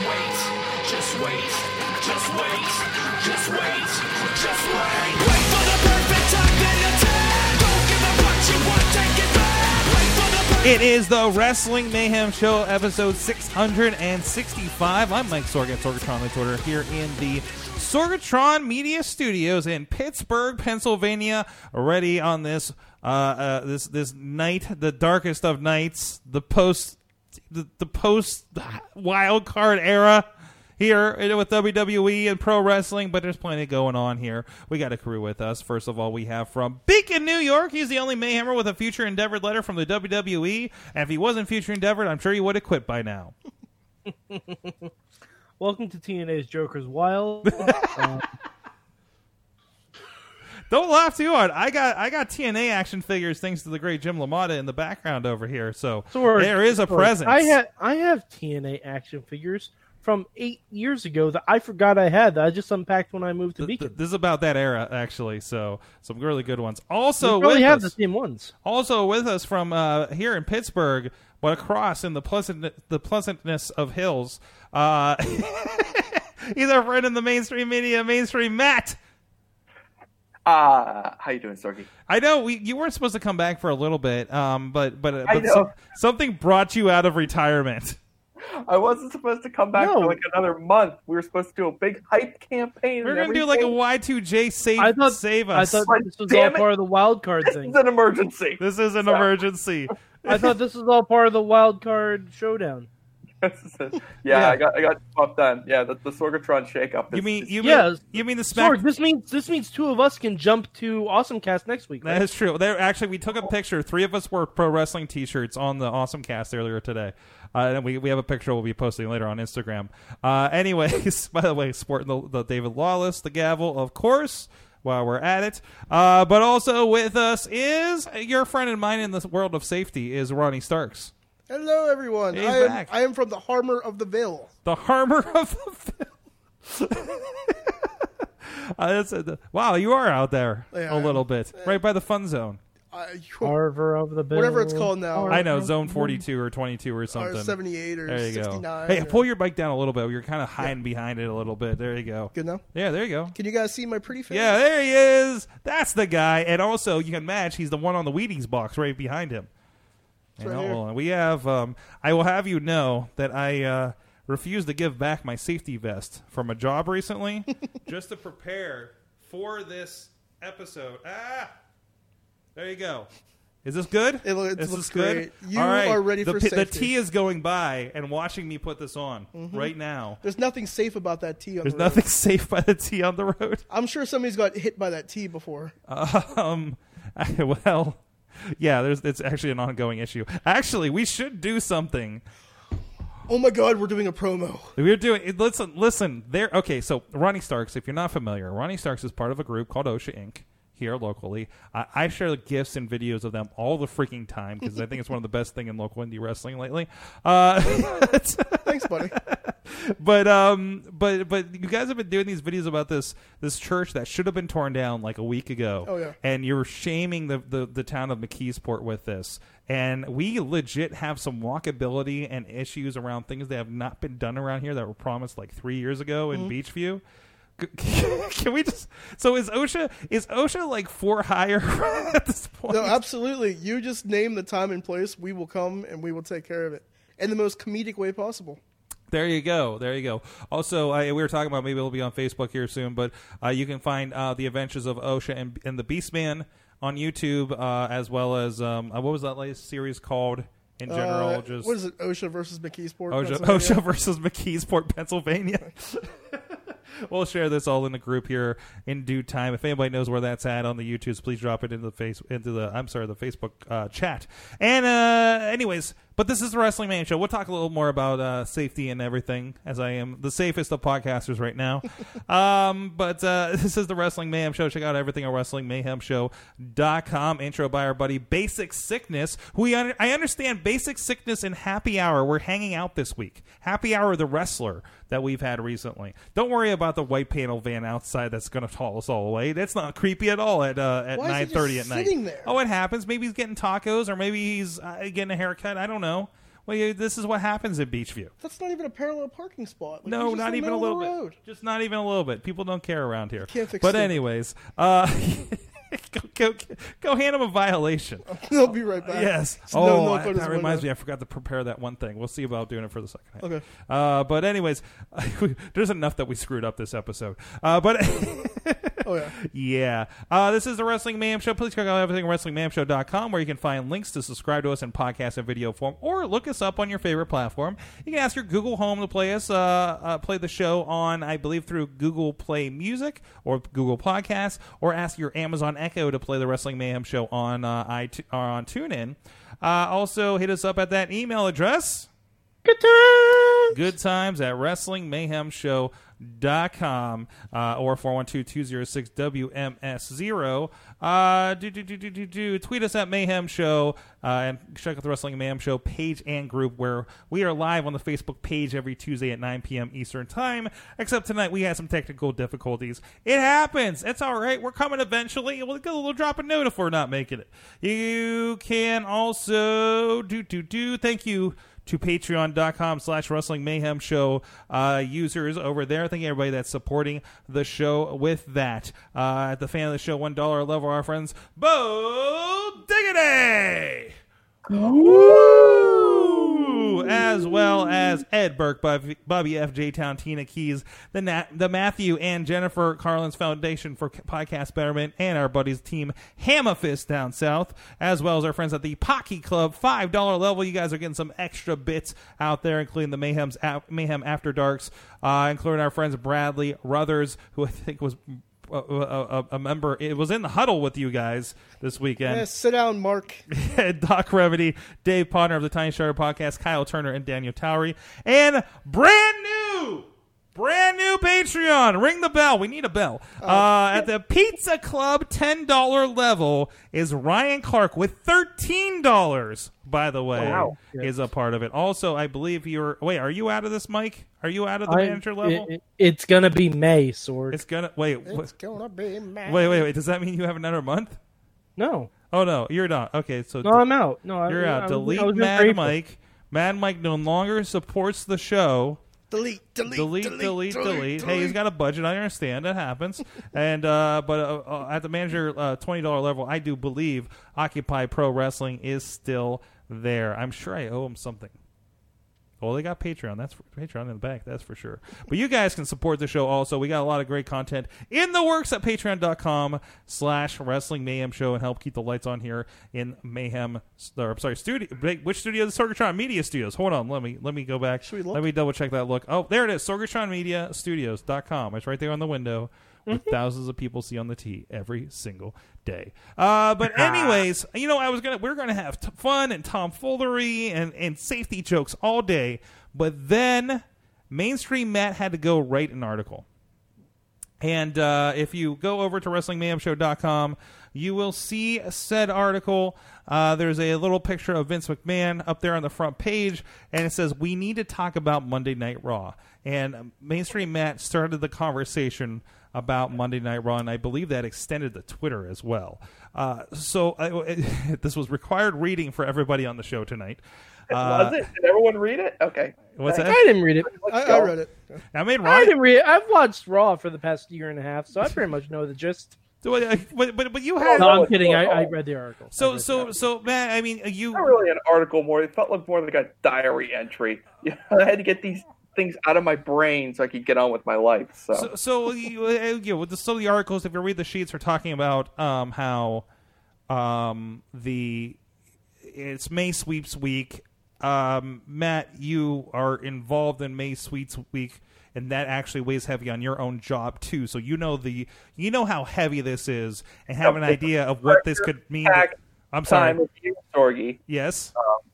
wait, just wait, just wait, just wait, just wait. Wait for the perfect time, then attack. Don't give up what you want, take it back. Wait for the perfect It is the Wrestling Mayhem Show, episode 665. I'm Mike Sorg at Sorgatron on Twitter here in the Sorgatron Media Studios in Pittsburgh, Pennsylvania. Ready on this uh, uh, this this night, the darkest of nights, the post the, the post wild card era here with WWE and pro wrestling, but there's plenty going on here. We got a crew with us. First of all, we have from Beacon, New York. He's the only Mayhemmer with a future endeavored letter from the WWE. And if he wasn't future endeavored, I'm sure he would have quit by now. Welcome to TNA's Joker's Wild. Don't laugh too hard. I got I got TNA action figures thanks to the great Jim LaMotta in the background over here. So Sorg, there is a Sorg, presence. I have I have TNA action figures from eight years ago that I forgot I had. That I just unpacked when I moved to Th- th- Beacon. this is about that era actually. So some really good ones. We Also, really with have us- the same ones. Also with us from uh, here in Pittsburgh, but across in the pleasant the pleasantness of hills. Uh, he's our friend in the mainstream media, mainstream Matt. Ah, how you doing, Sorky? I know we, you weren't supposed to come back for a little bit, um, but but, I but know. some- something brought you out of retirement. I wasn't supposed to come back No. for like another month. We were supposed to do a big hype campaign. We're and gonna do like a everything. Y two J save I thought save I us. thought Like, this was all damn it. part of the wild card This thing. is an emergency. this is an So- emergency. I thought this was all part of the wild card showdown. This is a- yeah, Yeah. I got I got swapped on. Yeah, the, the Sorgatron shakeup. Is, You mean you mean Yeah. you mean the smack Sorg, this means this means two of us can jump to Awesome Cast next week. That right? is true. There actually, we took a picture. Three of us wore pro wrestling T-shirts on the Awesome Cast earlier today, uh, and we, we have a picture we'll be posting later on Instagram. Uh, anyways, by the way, sporting the, the David Lawless, the gavel, of course. While we're at it, uh, but also with us is your friend and mine in the world of safety is Ronnie Starks, Hello, everyone. He's I am, back. I am from the Harmer of the Ville. the harmer of the film. uh, that's, uh, wow, you are out there Yeah, a I am. little bit, right by the fun zone. I, Carver of the Bill. Whatever it's called now. Carver I know of zone forty-two or twenty-two or or something. 78 or There you 69. go. Hey, or- pull your bike down a little bit. You're kind of hiding behind it a little bit. There you go. Good now? Yeah, there you go. Can you guys see my pretty face? Yeah, there he is. That's the guy. And also, you can match. He's the one on the Wheaties box right behind him. And right here. all- we have. Um, I will have you know that I uh, refused to give back my safety vest from a job recently, just to prepare for this episode. Ah, there you go. Is this good? It loo- it Is looks this good? great. You All right. are ready the, for pi- The safety. Mm-hmm. tea is going by and watching me put this on right now. There's nothing safe about that tee on There's the road. nothing safe by the tea on the road. I'm sure somebody's got hit by that tee before. Um, I- well, yeah, there's it's actually an ongoing issue. Actually, we should do something. oh my god, we're doing a promo. We're doing listen, listen. There, okay. So Ronnie Starks, if you're not familiar, Ronnie Starks is part of a group called OSHA Inc. Here locally, I, I share gifs and videos of them all the freaking time because I think it's one of the best thing in local indie wrestling lately. Uh, Thanks, buddy. but um, but but you guys have been doing these videos about this this church that should have been torn down like a week ago. Oh, yeah. and you're shaming the the, the town of McKeesport with this, and we legit have some walkability and issues around things that have not been done around here that were promised like three years ago Mm-hmm. in Beachview. C- Can we just? So is OSHA is OSHA like for hire at this point? no, absolutely. You just name the time and place. We will come and we will take care of it in the most comedic way possible. There you go. There you go. Also, I, we were talking about maybe it'll be on Facebook here soon, but uh, you can find uh, the adventures of OSHA and, and the Beastman on YouTube, uh, as well as um, uh, what was that latest series called in general? Uh, just what is it? OSHA versus McKeesport. OSHA, Pennsylvania? OSHA versus McKeesport, Pennsylvania. we'll share this all in the group here in due time. If anybody knows where that's at on the YouTubes, please drop it into the face into the I'm sorry the Facebook uh, chat. And uh, anyways, But this is the Wrestling Man Show. We'll talk a little more about uh, safety and everything, as I am the safest of podcasters right now. um, but uh, this is the Wrestling Mayhem Show. Check out everything at WrestlingMayhemShow.com. Intro by our buddy Basic Sickness. We un- I understand Basic Sickness and Happy Hour. We're hanging out this week. Happy Hour, the wrestler that we've had recently. Don't worry about the white panel van outside that's going to haul us all away. That's not creepy at all at uh, at Why is he nine just thirty at night. sitting there? Oh, it happens. Maybe he's getting tacos, or maybe he's uh, getting a haircut. I don't know. Well, you, this is what happens at Beachview. That's not even a parallel parking spot. Like, No, you're just not in the even a middle of little the bit. road. Just not even a little bit. People don't care around here. Can't fix but it. anyways, uh, go, go go hand him a violation. They'll be right back. Yes. It's Oh, no- no that- photos that of reminds me. window. I forgot to prepare that one thing. We'll see about doing it for the second half. Okay. Uh, but anyways, there's enough that we screwed up this episode. Uh, but Oh yeah. yeah. Uh, this is the Wrestling Mayhem Show. Please check out everything at WrestlingMayhemShow.com where you can find links to subscribe to us in podcast and video form or look us up on your favorite platform. You can ask your Google Home to play us, uh, uh, play the show on, I believe, through Google Play Music or Google Podcasts or ask your Amazon Echo to play the Wrestling Mayhem Show on, uh, iTu- or on TuneIn. Uh, also, hit us up at that email address good times at wrestlingmayhemshow.com uh, or 412-206-WMS0. Uh, do, do, do, do, do, do. Tweet us at Mayhem Show uh, and check out the Wrestling Mayhem Show page and group where we are live on the Facebook page every Tuesday at 9 p.m. Eastern Time. Except tonight we had some technical difficulties. It happens. It's all right. We're coming eventually. We'll, we'll drop a note if we're not making it. You can also do, do, do. Thank you to patreon.com slash wrestling mayhem show uh, users over there thank you everybody that's supporting the show with that uh, at the fan of the show one dollar level our friends bo diggity Woo! As well as Ed Burke, Bobby, Bobby F. J. Town, Tina Keys, the Nat, the Matthew and Jennifer Carlin's Foundation for Podcast Betterment, and our buddies team Hammerfist down south, as well as our friends at the Pocky Club, five dollar level. You guys are getting some extra bits out there, including the Mayhem's Af- Mayhem After Darks, uh, including our friends Bradley Ruthers, who I think was. A, a, a member, it was in the huddle with you guys this weekend. Yeah, sit down, Mark. Doc Remedy, Dave Potter of the Tiny Shutter Podcast, Kyle Turner and Daniel Towery, and brand new, brand new Patreon. Ring the bell. We need a bell. Oh. Uh, at the Pizza Club $10 level is Ryan Clark with $13, by the way, Wow. is a part of it. Also, I believe you're. Wait, are you out of this, Mike? Are you out of the I- manager level? it- it- it's gonna be May, Sorg. it's gonna. Wait, wh- It's gonna be mad. wait, wait, wait. Does that mean you have another month? no, Oh, no, you're not. Okay, so. no, I'm out. No, I- You're I, out. I was- I delete was Mad ungrateful. Mike. Mad Mike no longer supports the show. Delete, delete, Delete, delete, delete. Hey, he's got a budget. I understand that happens. and uh, but uh, uh, at the manager uh, twenty dollar level, I do believe Occupy Pro Wrestling is still there. I'm sure I owe him something. Well, they got Patreon. That's for, Patreon in the back. That's for sure. But you guys can support the show also. We got a lot of great content in the works at patreon.com slash wrestling mayhem show and help keep the lights on here in mayhem. Or, I'm sorry, studio. Which studio? The Sorgatron Media Studios. Hold on. Let me let me go back. Should we look? Let me double check that look. Oh, there it is. SorgatronMediaStudios.com. It's right there on the window. With thousands of people see on the T every single day. Uh, but anyways, you know, I was gonna we're gonna have t- fun and tomfoolery and and safety jokes all day. But then mainstream Matt had to go write an article. And uh, if you go over to WrestlingMayhemShow.com, you will see said article. Uh, there's a little picture of Vince McMahon up there on the front page, and it says, We need to talk about Monday Night Raw. And Mainstream Matt started the conversation about Monday Night Raw, and I believe that extended to Twitter as well. Uh, so I, this was required reading for everybody on the show tonight. Uh, Was it? Did everyone read it? Okay. What's Thanks. that? I didn't read it. I, Let's I go. read it. I made I Ryan didn't read. it. I've watched Raw for the past year and a half, so I pretty much know the gist. uh, But, but, but you had No, I'm it's kidding. I, Raw. I read the article. I so read so the so Matt. I mean, you Not really an article more. It felt like more like a diary entry. Yeah, I had to get these things out of my brain so I could get on with my life. So, so, so you, uh, you know, with the, so the articles, if you read the sheets, are talking about um, how um, the it's May Sweeps Week. Um, Matt, you are involved in May Sweeps Week, and that actually weighs heavy on your own job too. So you know the you know how heavy this is, and have an idea of what this could mean. Pack I'm sorry. time with you, Sorgi. Yes.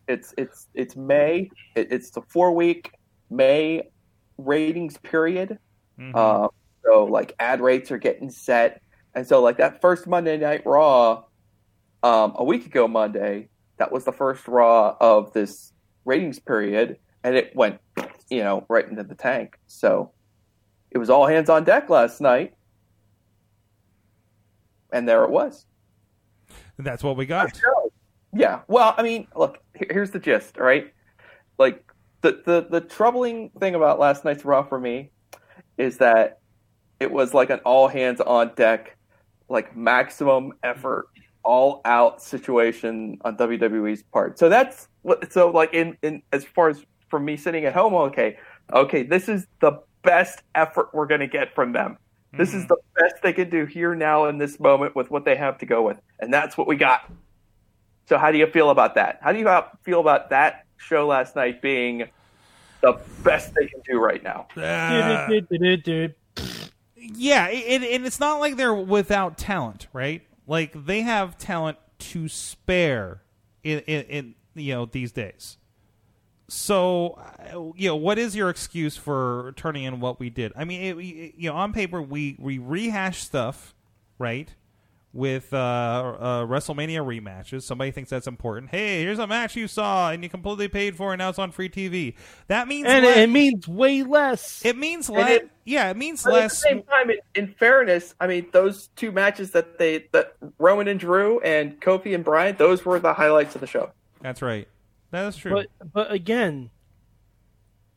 It's it's it's May. It, it's the four week May ratings period. Mhm. Uh, so like ad rates are getting set, and so like that first Monday Night Raw, um, a week ago Monday, that was the first Raw of this ratings period, and it went, you know, right into the tank. So it was all hands on deck last night, and there it was. That's what we got. Yeah. Well, I mean, look, here- here's the gist, all right? Like the, the the troubling thing about last night's Raw for me is that it was like an all hands on deck, like maximum effort, all out situation on WWE's part. So that's what- so like in in as far as from me sitting at home, okay, okay, this is the best effort we're gonna get from them. This is the best they can do here now in this moment with what they have to go with, and that's what we got. So how do you feel about that? How do you out- feel about that show last night being the best they can do right now? Ah. yeah, it, it- and it's not like they're without talent, right? Like they have talent to spare in, in, in you know these days. So, uh, you know, what is your excuse for turning in what we did? I mean, it, it- you know, on paper we we rehash stuff, right? With uh, uh, WrestleMania rematches, somebody thinks that's important. Hey, here's a match you saw and you completely paid for, and now it's on free TV. That means And less. it, it means way less. It means And less. it- yeah, it means But at the less. same time, in, in fairness, I mean those two matches that they that Rowan and Drew and Kofi and Brian, those were the highlights of the show. That's right. That is true. but but again,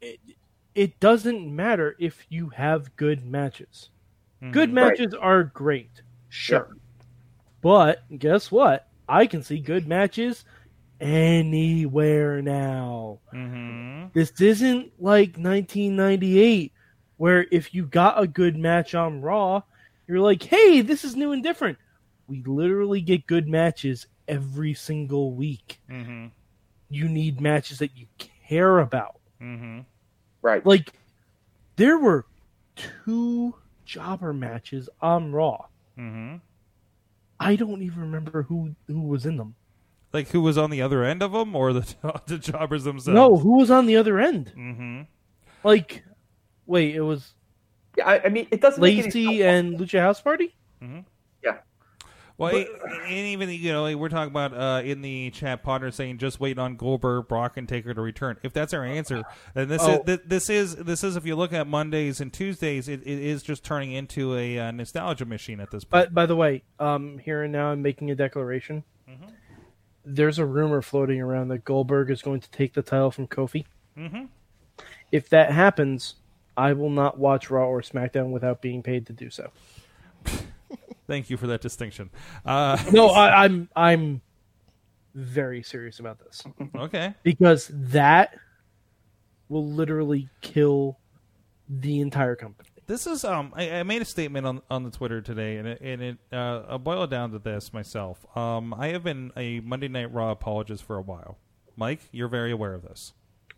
it it doesn't matter if you have good matches. Good Right. matches are great, sure. But guess what? I can see good matches anywhere now. hmm This isn't like 1998, where if you got a good match on Raw, you're like, hey, this is new and different. We literally get good matches every single week. hmm You need matches that you care about. hmm Right. Like, there were two jobber matches on Raw. hmm I don't even remember who, who was in them. Like who was on the other end of them, or the the jobbers themselves? No, who was on the other end? hmm Like, wait, it was Yeah, I, I mean, it doesn't. make any- Lacey and Lucha House Party? Well, it- and even you know, we're talking about uh, in the chat, Potter saying just wait on Goldberg, Brock, and Taker to return. If that's our answer, then this Oh. is th- this is this is if you look at Mondays and Tuesdays, it, it is just turning into a uh, nostalgia machine at this point. But by the way, um, here and now I'm making a declaration. There's a rumor floating around that Goldberg is going to take the title from Kofi. Mm-hmm. Mhm. If that happens, I will not watch Raw or SmackDown without being paid to do so. Thank you for that distinction. Uh, No, I, I'm I'm very serious about this okay. because that will literally kill the entire company. this is um I, I made a statement on on the Twitter today and it, and it uh I'll boil it down to this myself. Um I have been a Monday Night Raw apologist for a while. Mike, you're very aware of this.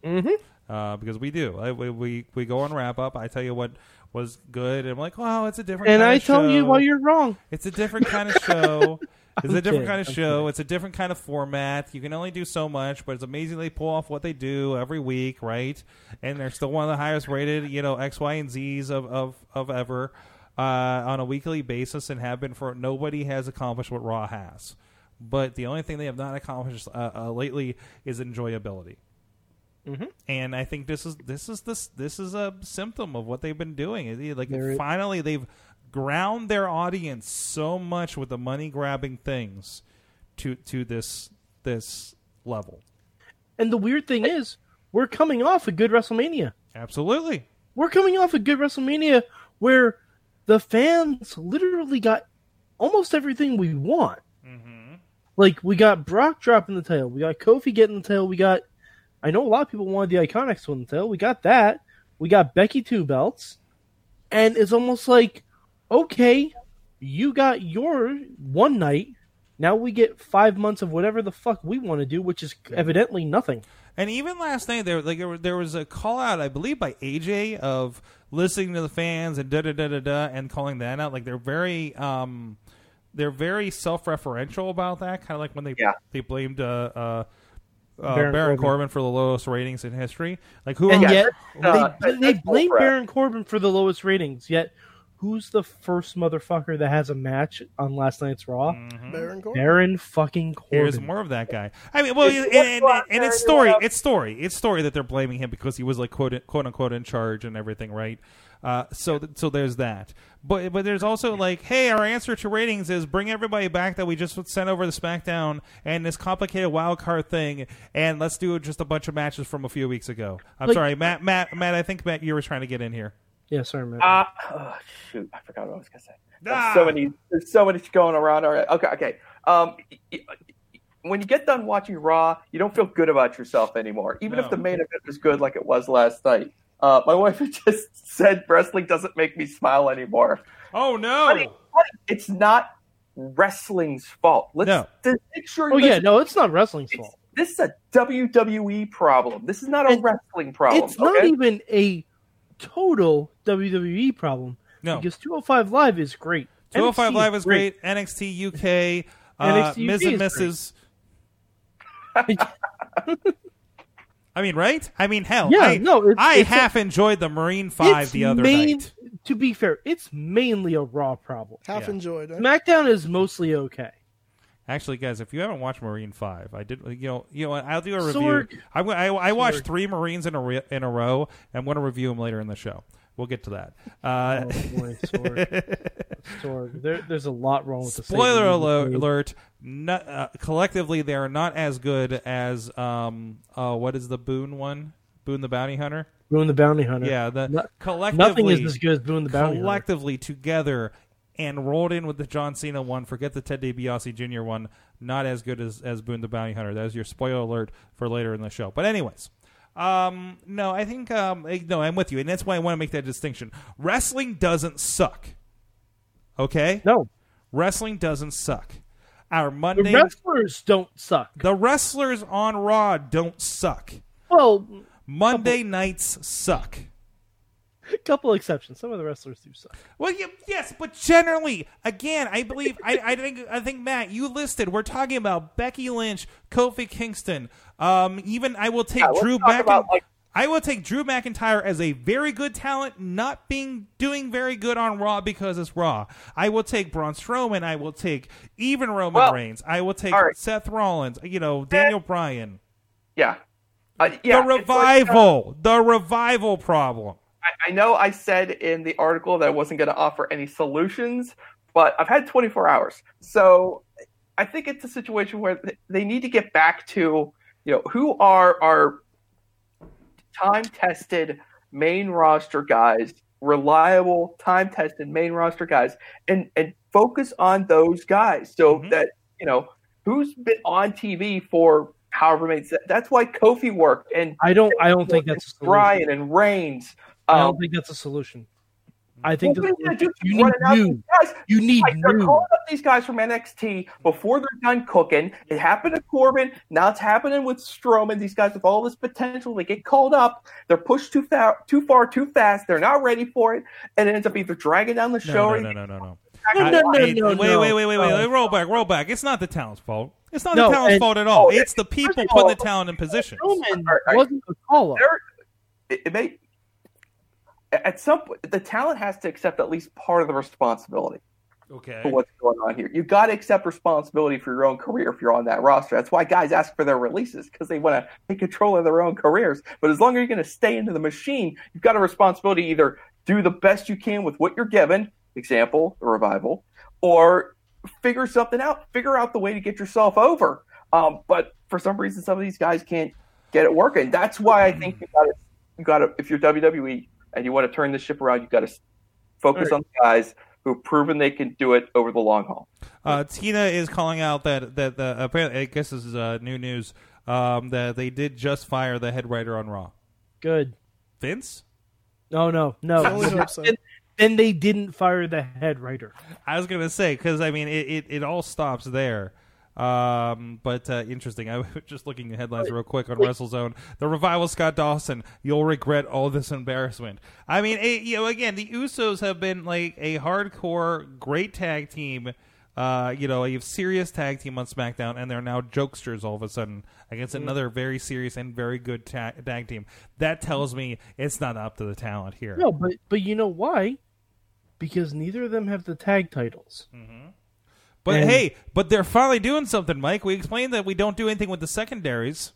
Mm-hmm. Uh, because we do. I, we, we we go on wrap up. I tell you what was good and I'm like, wow, it's a different And kind I of tell you show. why you're wrong. It's a different kind of show. It's a different kidding. kind of I'm show. It's a different kind of format. You can only do so much, but it's amazing they pull off what they do every week, right? And they're still one of the highest rated, you know, X, Y, and Z's of of, of ever uh, on a weekly basis, and have been for nobody has accomplished what Raw has. But the only thing they have not accomplished uh, uh, lately is enjoyability and I think this is this is this this is a symptom of what they've been doing. It- Like There is- finally, they've ground their audience so much with the money grabbing things to to this this level. And the weird thing is, we're coming off a good WrestleMania. Absolutely, we're coming off a good WrestleMania where the fans literally got almost everything we want. Like we got Brock dropping the tail, we got Kofi getting the tail, we got. I know a lot of people wanted the Iconics to win the tail. We got that. We got Becky two belts, and it's almost like, okay, you got your one night. Now we get five months of whatever the fuck we want to do, which is evidently nothing. And even last night, there like there, were- there was a call out, I believe, by AJ of listening to the fans and da da da da da, and calling that out. Like they're very, um, they're very self referential about that. Kind of like when they Yeah. they blamed uh, uh, uh, Baron, Baron Corbin. Corbin. for the lowest ratings in history. Like who? And else- yet uh, no, that- they, they that's bull blame crap. Baron Corbin for the lowest ratings. Yet who's the first motherfucker that has a match on last night's Raw? Mhm. Baron Corbin. Baron fucking Corbin. Here's more of that guy. I mean, well, It's and, one and, block and it's there, story, you have- it's story, it's story that they're blaming him because he was like quote quote unquote in charge and everything, right? Uh, so th- so there's that. But but there's also like, hey, our answer to ratings is bring everybody back that we just sent over to SmackDown and this complicated wild card thing, and let's do just a bunch of matches from a few weeks ago. I'm Like- sorry, Matt, Matt, Matt. I think Matt, you were trying to get in here. Yeah, sorry, man. Uh, Ah, oh, shoot, I forgot what I was gonna say. There's Ah! so many, there's so much going around. All right, okay, okay. Um, y- y- when you get done watching Raw, you don't feel good about yourself anymore, even No. if the main event was good, like it was last night. Uh, my wife just said wrestling doesn't make me smile anymore. Oh Honey, no! honey, it's not wrestling's fault. Let's No. just make sure. oh yeah, listen, no, it's not wrestling's it's- fault. this is a WWE problem. This is not a And wrestling problem. It's not okay? even a total WWE problem No, because 205 Live is great. 205 NXT Live is great. NXT UK, uh, NXT Ms. UK and is great. Mrs. I mean, right? I mean, hell, Yeah, I, no, it's- I it's a- half enjoyed the Marine Five It's the other main- night. To be fair, it's mainly a Raw problem. Half Yeah. enjoyed. Huh? SmackDown is mostly okay. Actually, guys, if you haven't watched Marine Five, I did. You know, you know, what, I'll do a review. Sorg. I, I, I watched Sorg. three Marines in a re- in a row, and want to review them later in the show. We'll get to that. Oh Uh, boy, Sorg. Sorg. There, there's a lot wrong with the spoiler statement you alert, made. alert no- uh, collectively they are not as good as um uh what is the boone one boone the bounty hunter Boone the Bounty Hunter. yeah the No- collectively Nothing is as good as Boone the Bounty Hunter. collectively together and rolled in with the john cena one forget the ted DiBiase jr one not as good as as boone the bounty hunter that is your spoiler alert for later in the show but anyways um no i think um eh, no i'm with you and that's why i want to make that distinction wrestling doesn't suck okay No, Wrestling doesn't suck. Our the Monday, the, wrestlers don't suck. wrestlers on Raw don't suck. Well, Monday nights suck. a couple exceptions. Some of the wrestlers do suck. Well, ye- yes, but generally, again, I believe I, I think I think Matt, you listed. We're talking about Becky Lynch, Kofi Kingston. Um, even I will take Yeah, let's Drew talk back. about, like- I will take Drew McIntyre as a very good talent, not being doing very good on Raw because it's Raw. I will take Braun Strowman. I will take even Roman Well, Reigns. I will take all right. Seth Rollins. You know Daniel Bryan. yeah. Uh, yeah, the it's like, uh, revival. the revival problem. I, I know I said in the article that I wasn't going to offer any solutions, but I've had 24 hours. So I think it's a situation where th- they need to get back to, you know, who are our time tested main roster guys, reliable, time tested main roster guys, and, and focus on those guys so Mm-hmm. Mhm. that, you know, who's been on TV for however many. That's why Kofi worked and I don't. I don't think that's a solution. Bryan and Reigns. I Um, don't think that's a solution. I think what are the you gonna solution- do? you Run need it out to new. these guys. You need Like, they're new. calling up these guys from NXT before they're done cooking. It happened to Corbin. Now it's happening with Strowman. These guys with all this potential, they get called up. They're pushed too far, too far, too fast. They're not ready for it, and it ends up either dragging down the No, show. no, no, or no, no, no. No, no, no, Hey, no, wait, no. wait, wait, wait, wait. Oh. Roll back, roll back. It's not the talent's fault. It's not No, the talent's and- fault at all. Oh, it's the people of all, putting the talent in positions. Roman All right, all right. wasn't a call up. There- it, it may. At some point, the talent has to accept at least part of the responsibility. Okay. for what's going on here. You got to accept responsibility for your own career if you're on that roster. That's why guys ask for their releases because they want to take control of their own careers. But as long as you're going to stay into the machine, you've got a responsibility to either do the best you can with what you're given, example, the revival, or figure something out. Figure out the way to get yourself over. Um, but for some reason, some of these guys can't get it working. That's why I think you got to, you got to, if you're WWE and you want to turn this ship around, you got to focus Right. on the guys who've proven they can do it over the long haul. Uh, Tina is calling out that that the apparently I guess this is uh, new news um, that they did just fire the head writer on Raw. Good. Vince, No, no, I only no. hope so. And then they didn't fire the head writer. I was gonna say because I mean it, it, it all stops there. Um, but uh, interesting. I was just looking at headlines real quick on WrestleZone. The revival Scott Dawson. You'll regret all this embarrassment. I eh, mean, it, you know, again, the Usos have been like a hardcore great tag team. Uh, you know, you have serious tag team on SmackDown, and they're now jokesters all of a sudden against another very serious and very good ta- tag team. That tells me it's not up to the talent here. No, but but you know why? Because neither of them have the tag titles. Hmm. But And- hey, but they're finally doing something, Mike. We explained that we don't do anything with the secondaries.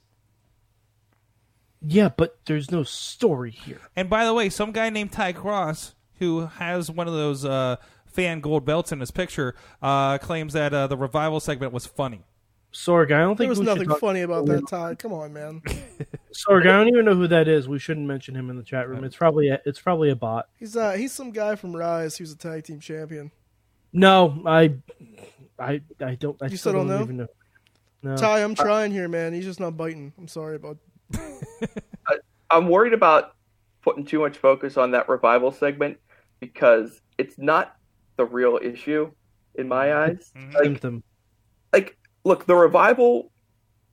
Yeah, but there's no story here. And by the way, some guy named Ty Cross, who has one of those uh, fan gold belts in his picture, uh, claims that uh, the revival segment was funny. Sorg, I don't There think was we should nothing talk- funny about that, Todd. Come on, man. Sorg, I don't even know who that is. We shouldn't mention him in the chat room. It's probably a, it's probably a bot. He's uh, he's some guy from Rise who's a tag team champion. No, I, I, I don't. I You still still don't don't, know? even know. No. Ty, I'm trying here, man. He's just not biting. I'm sorry about. I'm worried about putting too much focus on that revival segment because it's not the real issue in my Mm-hmm. eyes. Like, symptom. like look, the revival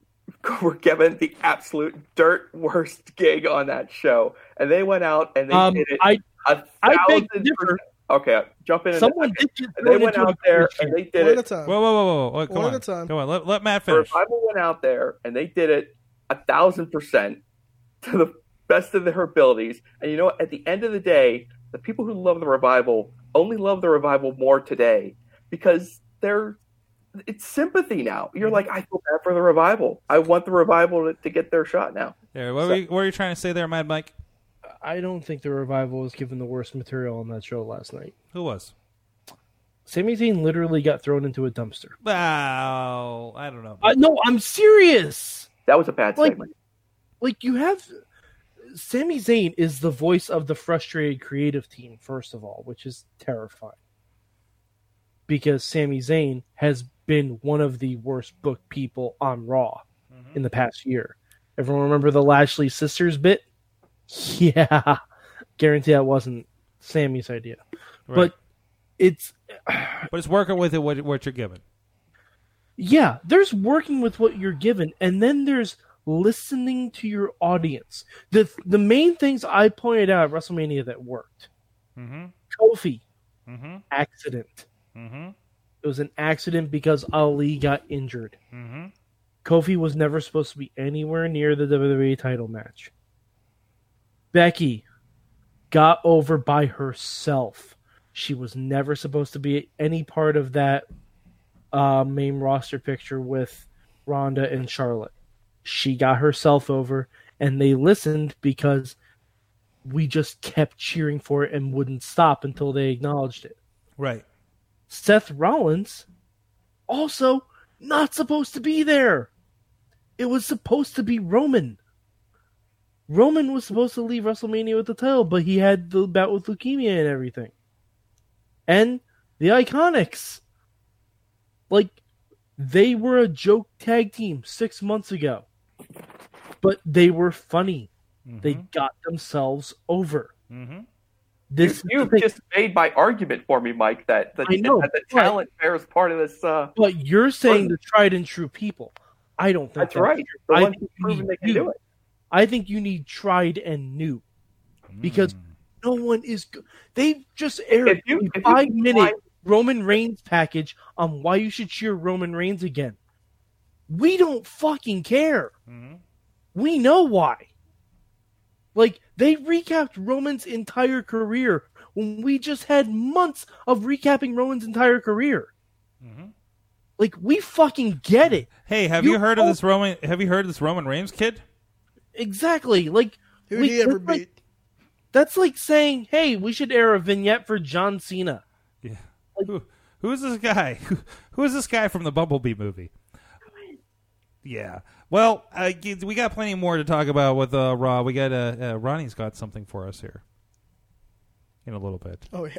were given the absolute dirt worst gig on that show, and they went out and they Um, did it. I a I beg thousand to differ. percent- Okay, jump in. and- Someone did get and they thrown went into a out there garbage and can. they did One it. at a time. Whoa, whoa, whoa, whoa! whoa. Come One at on, a time. come on. Let, let Matt The finish. Revival went out there and they did it a thousand percent to the best of their abilities. And you know, what? at the end of the day, the people who love the revival only love the revival more today because they're it's sympathy now. Mm-hmm. You're like, I feel bad for the revival. I want the revival to, to get their shot now. There, what, were you, what were you trying to say there, Mad Mike? I don't think the revival was given the worst material on that show last night. Who was? Sami Zayn literally got thrown into a dumpster. Wow, I don't know. Uh, no, I'm serious. That was a bad Like, segment. like you have Sami Zayn is the voice of the frustrated creative team, first of all, which is terrifying. Because Sami Zayn has been one of the worst booked people on Raw in the past year. Everyone remember the Lashley sisters bit? Yeah. Guarantee that wasn't Sammy's idea. Right. But it's But it's working with it. What, what you're given. Yeah, there's working with what you're given, and then there's listening to your audience. The the main things I pointed out at WrestleMania that worked. Mm-hmm. Kofi, Mm-hmm. accident. Mm-hmm. It was an accident because Ali got injured. Mm-hmm. Kofi was never supposed to be anywhere near the WWE title match. Becky got over by herself. She was never supposed to be any part of that uh, main roster picture with Rhonda and Charlotte. She got herself over, and they listened because we just kept cheering for it and wouldn't stop until they acknowledged it. Right. Seth Rollins also not supposed to be there. It was supposed to be Roman. Roman was supposed to leave WrestleMania with the title, but he had the bout with leukemia and everything. And the Iconics. Like, they were a joke tag team six months ago, but they were funny. They Mm-hmm. got themselves over. Mm-hmm. This is the You thing. just made my argument for me, Mike, that the, I know, that the but- talent bears part of this. Uh, But you're saying the tried and true people. I don't think that's right. The I ones think who've you proven need they can you. do it. I think you need tried and new because Mm-hmm. no one is. go- They just aired If you- a if you five can minute find- Roman Reigns package on why you should cheer Roman Reigns again. We don't fucking care. We know why. Like they recapped Roman's entire career when we just had months of recapping Roman's entire career. Like we fucking get it. Hey, have you, You heard of hope- this Roman? Have you heard of this Roman Reigns kid? Exactly. Like Who we- would he ever that's like- beat? That's like saying, "Hey, we should air a vignette for John Cena." Yeah. Who, who is this guy? Who, who is this guy from the Bumblebee movie? Yeah. Well, uh, g- we got plenty more to talk about with uh, Raw. We got uh, uh, Ronnie's got something for us here in a little bit. Oh yeah.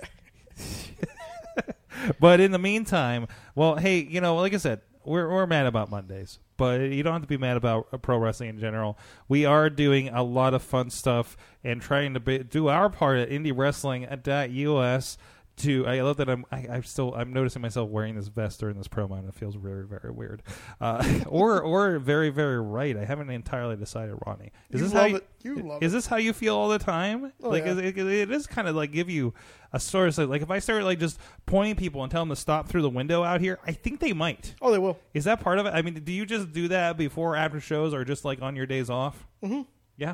But in the meantime, well, hey, you know, like I said, we're we're mad about Mondays, but you don't have to be mad about uh, pro wrestling in general. We are doing a lot of fun stuff and trying to be, do our part at IndieWrestling.us. to I love that I'm I, I'm still I'm noticing myself wearing this vest during this promo and it feels very very weird, uh, or or very very right. I haven't entirely decided, Ronnie. Is You this love how it. You love is this how you feel all the time? Oh, like yeah. is, it, it is kind of like give you a source. Of, like if I start like just pointing people and tell them to stop through the window out here, I think they might. Oh, they will. Is that part of it? I mean, do you just do that before or after shows or just like on your days off? Mm-hmm. Yeah.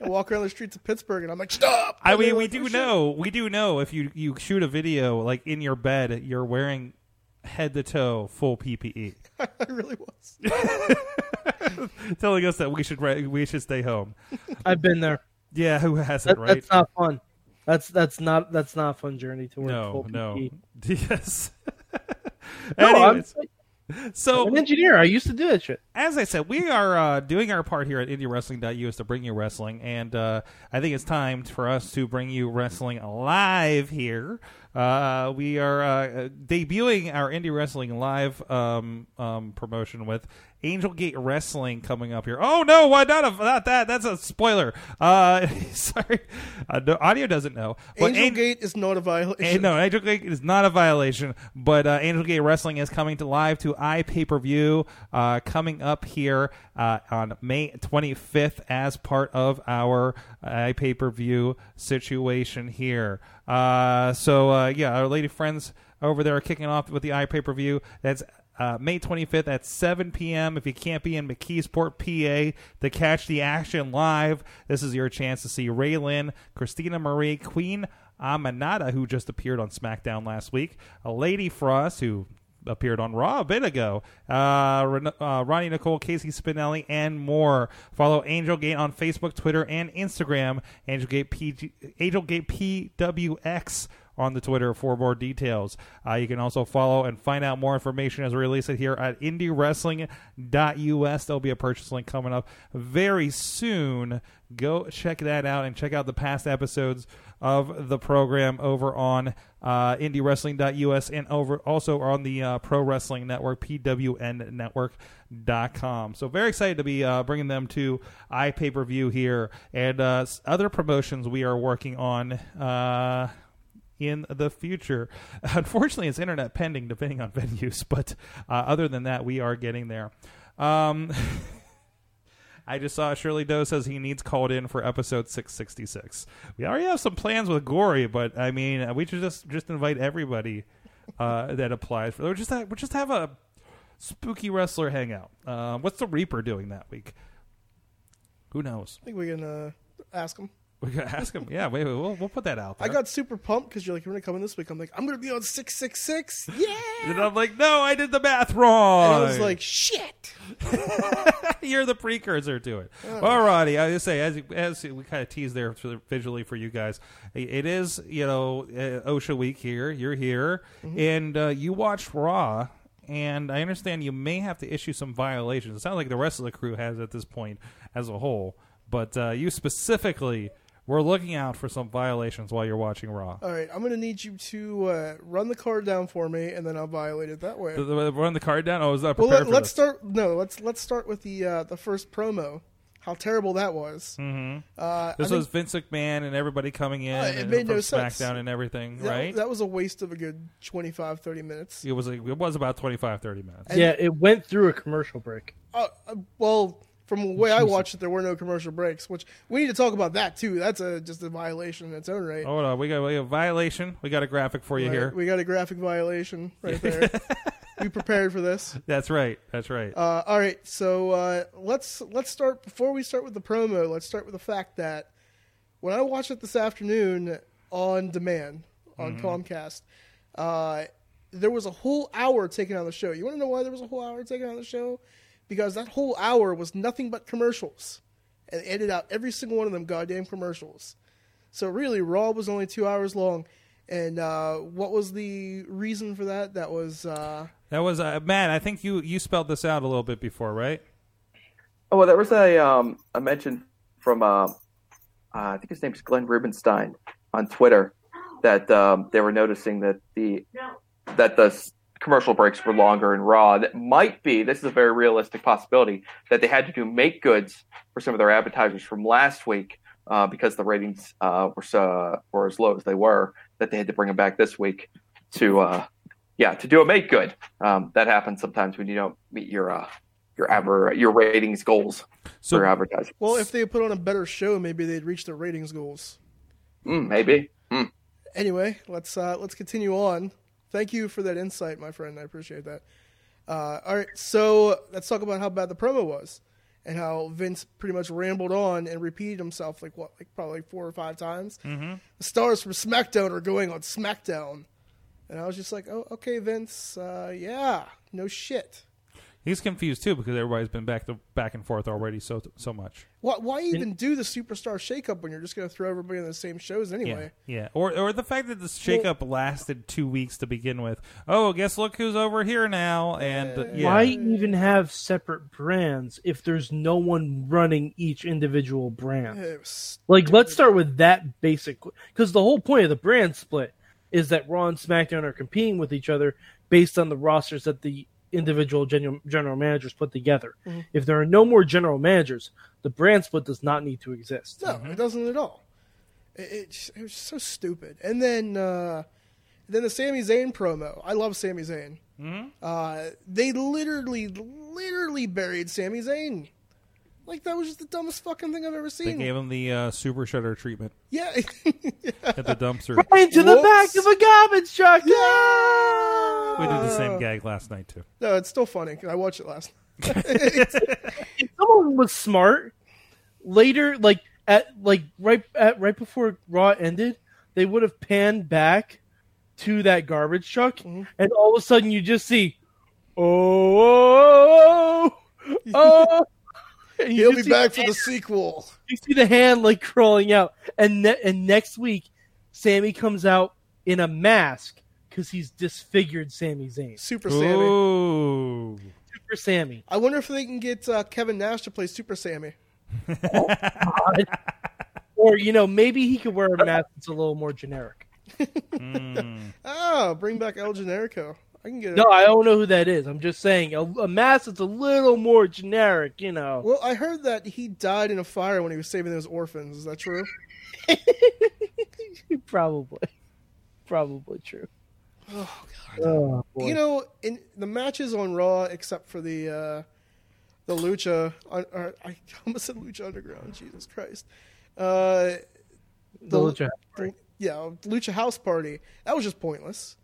I walk around the streets of Pittsburgh and I'm like, stop. I And mean, they're we like, "Oh, do shit." know. We do know if you you shoot a video like in your bed, you're wearing head to toe full E. PPE, I really was. telling us that we should re- we should stay home. I've been there. Yeah, who hasn't, That, right? That's not fun. That's that's not that's not a fun journey to work. no, full E. no. PPE. Yes. No, I'm, Anyways, so I'm an engineer. I used to do that shit. as I said, we are uh, doing our part here at IndieWrestling.us to bring you wrestling, and uh, I think it's time for us to bring you wrestling live here. Uh, we are uh, debuting our Indie Wrestling Live um, um, promotion with Angel Gate Wrestling coming up here. Oh no, why not? Not that. That's a spoiler. Uh, sorry, uh, no, audio doesn't know. But Angel An- Gate is not a and violation. no, Angel Gate is not a violation, but uh, Angel Gate Wrestling is coming to live to iPay-per-view uh, coming up here uh, on May 25th as part of our iPay-per-view situation here. Uh, so, uh, yeah, our lady friends over there are kicking off with the iPay-per-view. That's uh, May 25th at 7 p.m. If you can't be in McKeesport, PA, to catch the action live, this is your chance to see Ray Lynn, Christina Marie, Queen Amanada, who just appeared on SmackDown last week, uh, Lady Frost, who appeared on Raw a bit ago, uh, Ren- uh, Ronnie Nicole, Casey Spinelli, and more. Follow Angel Gate on Facebook, Twitter, and Instagram. Angel Gate PG- Angel Gate PWX on the Twitter for more details. Uh, you can also follow and find out more information as we release it here at indiewrestling.us. There'll be a purchase link coming up very soon. Go check that out and check out the past episodes of the program over on uh, indiewrestling.us and over also on the uh, Pro Wrestling Network, pwnnetwork.com. So very excited to be uh, bringing them to iPay-per-view here and uh, s- other promotions we are working on. Uh, in the future. Unfortunately, it's internet pending, depending on venues. But uh, other than that, we are getting there. Um, I just saw Shirley Doe says he needs called in for episode 666. We already have some plans with Gory, but I mean, we should just just invite everybody uh, that applies for. Or just ha- we just have a spooky wrestler hangout. Uh, what's the Reaper doing that week? Who knows? I think we can uh, ask him. We could ask him. Yeah, wait, wait, we'll, we'll put that out. There. I got super pumped because you're like, you're going to come in this week. I'm like, I'm going to be on 666. Yeah. And I'm like, no, I did the math wrong. And I was like, shit. you're the precursor to it. Alrighty, I just say as as we kind of tease there for, visually for you guys, it is you know uh, OSHA week here. You're here, Mm-hmm. and uh, you watch Raw, and I understand you may have to issue some violations. It sounds like the rest of the crew has at this point as a whole, but uh, you specifically were looking out for some violations while you're watching Raw. All right. I'm going to need you to uh, run the card down for me, and then I'll violate it that way. Th- th- Run the card down. Oh, I was not Well, prepared let, for let's this. start. No, let's let's start with the uh, the first promo. How terrible that was! Hmm, Mm-hmm. Uh, This I think was Vince McMahon and everybody coming in Uh, it and made from no SmackDown sense. and everything, that, right? That was a waste of a good 25, 30 minutes. it was like, it was about 25, 30 minutes. And- yeah, it went through a commercial break. Uh, uh, well, from the way I watched it, there were no commercial breaks, which we need to talk about that too. That's a just a violation in its own right. Hold on, we got, we got a violation. We got a graphic for you Right, Oh, here. We got a graphic violation right there. we prepared for this. that's right. That's right. Uh, all right, so uh, let's let's start before we start with the promo. Let's start with the fact that when I watched it this afternoon on demand on Comcast, uh, there was a whole hour taken on the show. You want to know why there was a whole hour taken on the show? Because that whole hour was nothing but commercials, and they edited out every single one of them goddamn commercials. So really, Raw was only two hours long. And uh, what was the reason for that? That was uh, that was uh, Matt. I think you you spelled this out a little bit before, right? Oh, well, there was a um, a mention from uh, uh, I think his name's Glenn Rubenstein on Twitter that um, they were noticing that the that the s- commercial breaks were longer in Raw. That might be this is a very realistic possibility that they had to do make goods for some of their advertisers from last week uh, because the ratings uh, were so were as low as they were that they had to bring them back this week to uh, yeah to do a make good. Um, that happens sometimes when you don't meet your uh, your ever your ratings goals for So your advertising. Well, if they put on a better show, maybe they'd reach their ratings goals. Mm, maybe. Mm. Anyway, let's uh, let's continue on. Thank you for that insight, my friend. I appreciate that. Uh, all right, so let's talk about how bad the promo was, and how Vince pretty much rambled on and repeated himself like what, like probably four or five times. Mm-hmm. The stars from SmackDown are going on SmackDown, and I was just like, oh, okay, Vince, uh, yeah, no shit. he's confused too because everybody's been back to back and forth already so so much. Why, why even do the superstar shakeup when you're just going to throw everybody on the same shows anyway? Yeah, yeah. Or or the fact that this shakeup lasted two weeks to begin with. Oh, guess look who's over here now. And uh, yeah, Why even have separate brands if there's no one running each individual brand? It was- Like, let's start with that basic. Because the whole point of the brand split is that Raw and SmackDown are competing with each other based on the rosters that the individual general, general managers put together. If there are no more general managers, the brand split does not need to exist. no, it doesn't at all. It, it, just- it was so stupid. And then, uh, then the Sami Zayn promo. I love Sami Zayn. Uh, they literally, literally buried Sami Zayn. Like that was just the dumbest fucking thing I've ever they seen. gave him the uh, super shutter treatment yeah, at the dumpster. Into the Whoops. back of a garbage truck. We did the Oh. same gag last night too. no, it's still funny. 'cause I watched it last. someone was smart later like at like right at right before raw ended they would have panned back to that garbage truck Mm-hmm. and all of a sudden you just see oh oh oh, oh, oh." And you He'll just be see back the for the sequel. you see the hand like crawling out, and ne- and next week, Sammy comes out in a mask because he's disfigured. Sammy Zayn, Super Sammy. Ooh. Super Sammy. I wonder if they can get uh, Kevin Nash to play Super Sammy. Or you know, maybe he could wear a mask that's a little more generic. Hmm. Oh, bring back El Generico. I can get it. No, I don't know who that is. I'm just saying a, a mask that's a little more generic. You know, Well, I heard that he died in a fire when he was saving those orphans. Is that true? probably, probably true. Oh, Oh, boy. You know, in the matches on Raw, except for the uh, the Lucha, or, or, I almost said Lucha Underground. Jesus Christ. Uh, The Lucha- the- yeah, Lucha House Party. That was just pointless.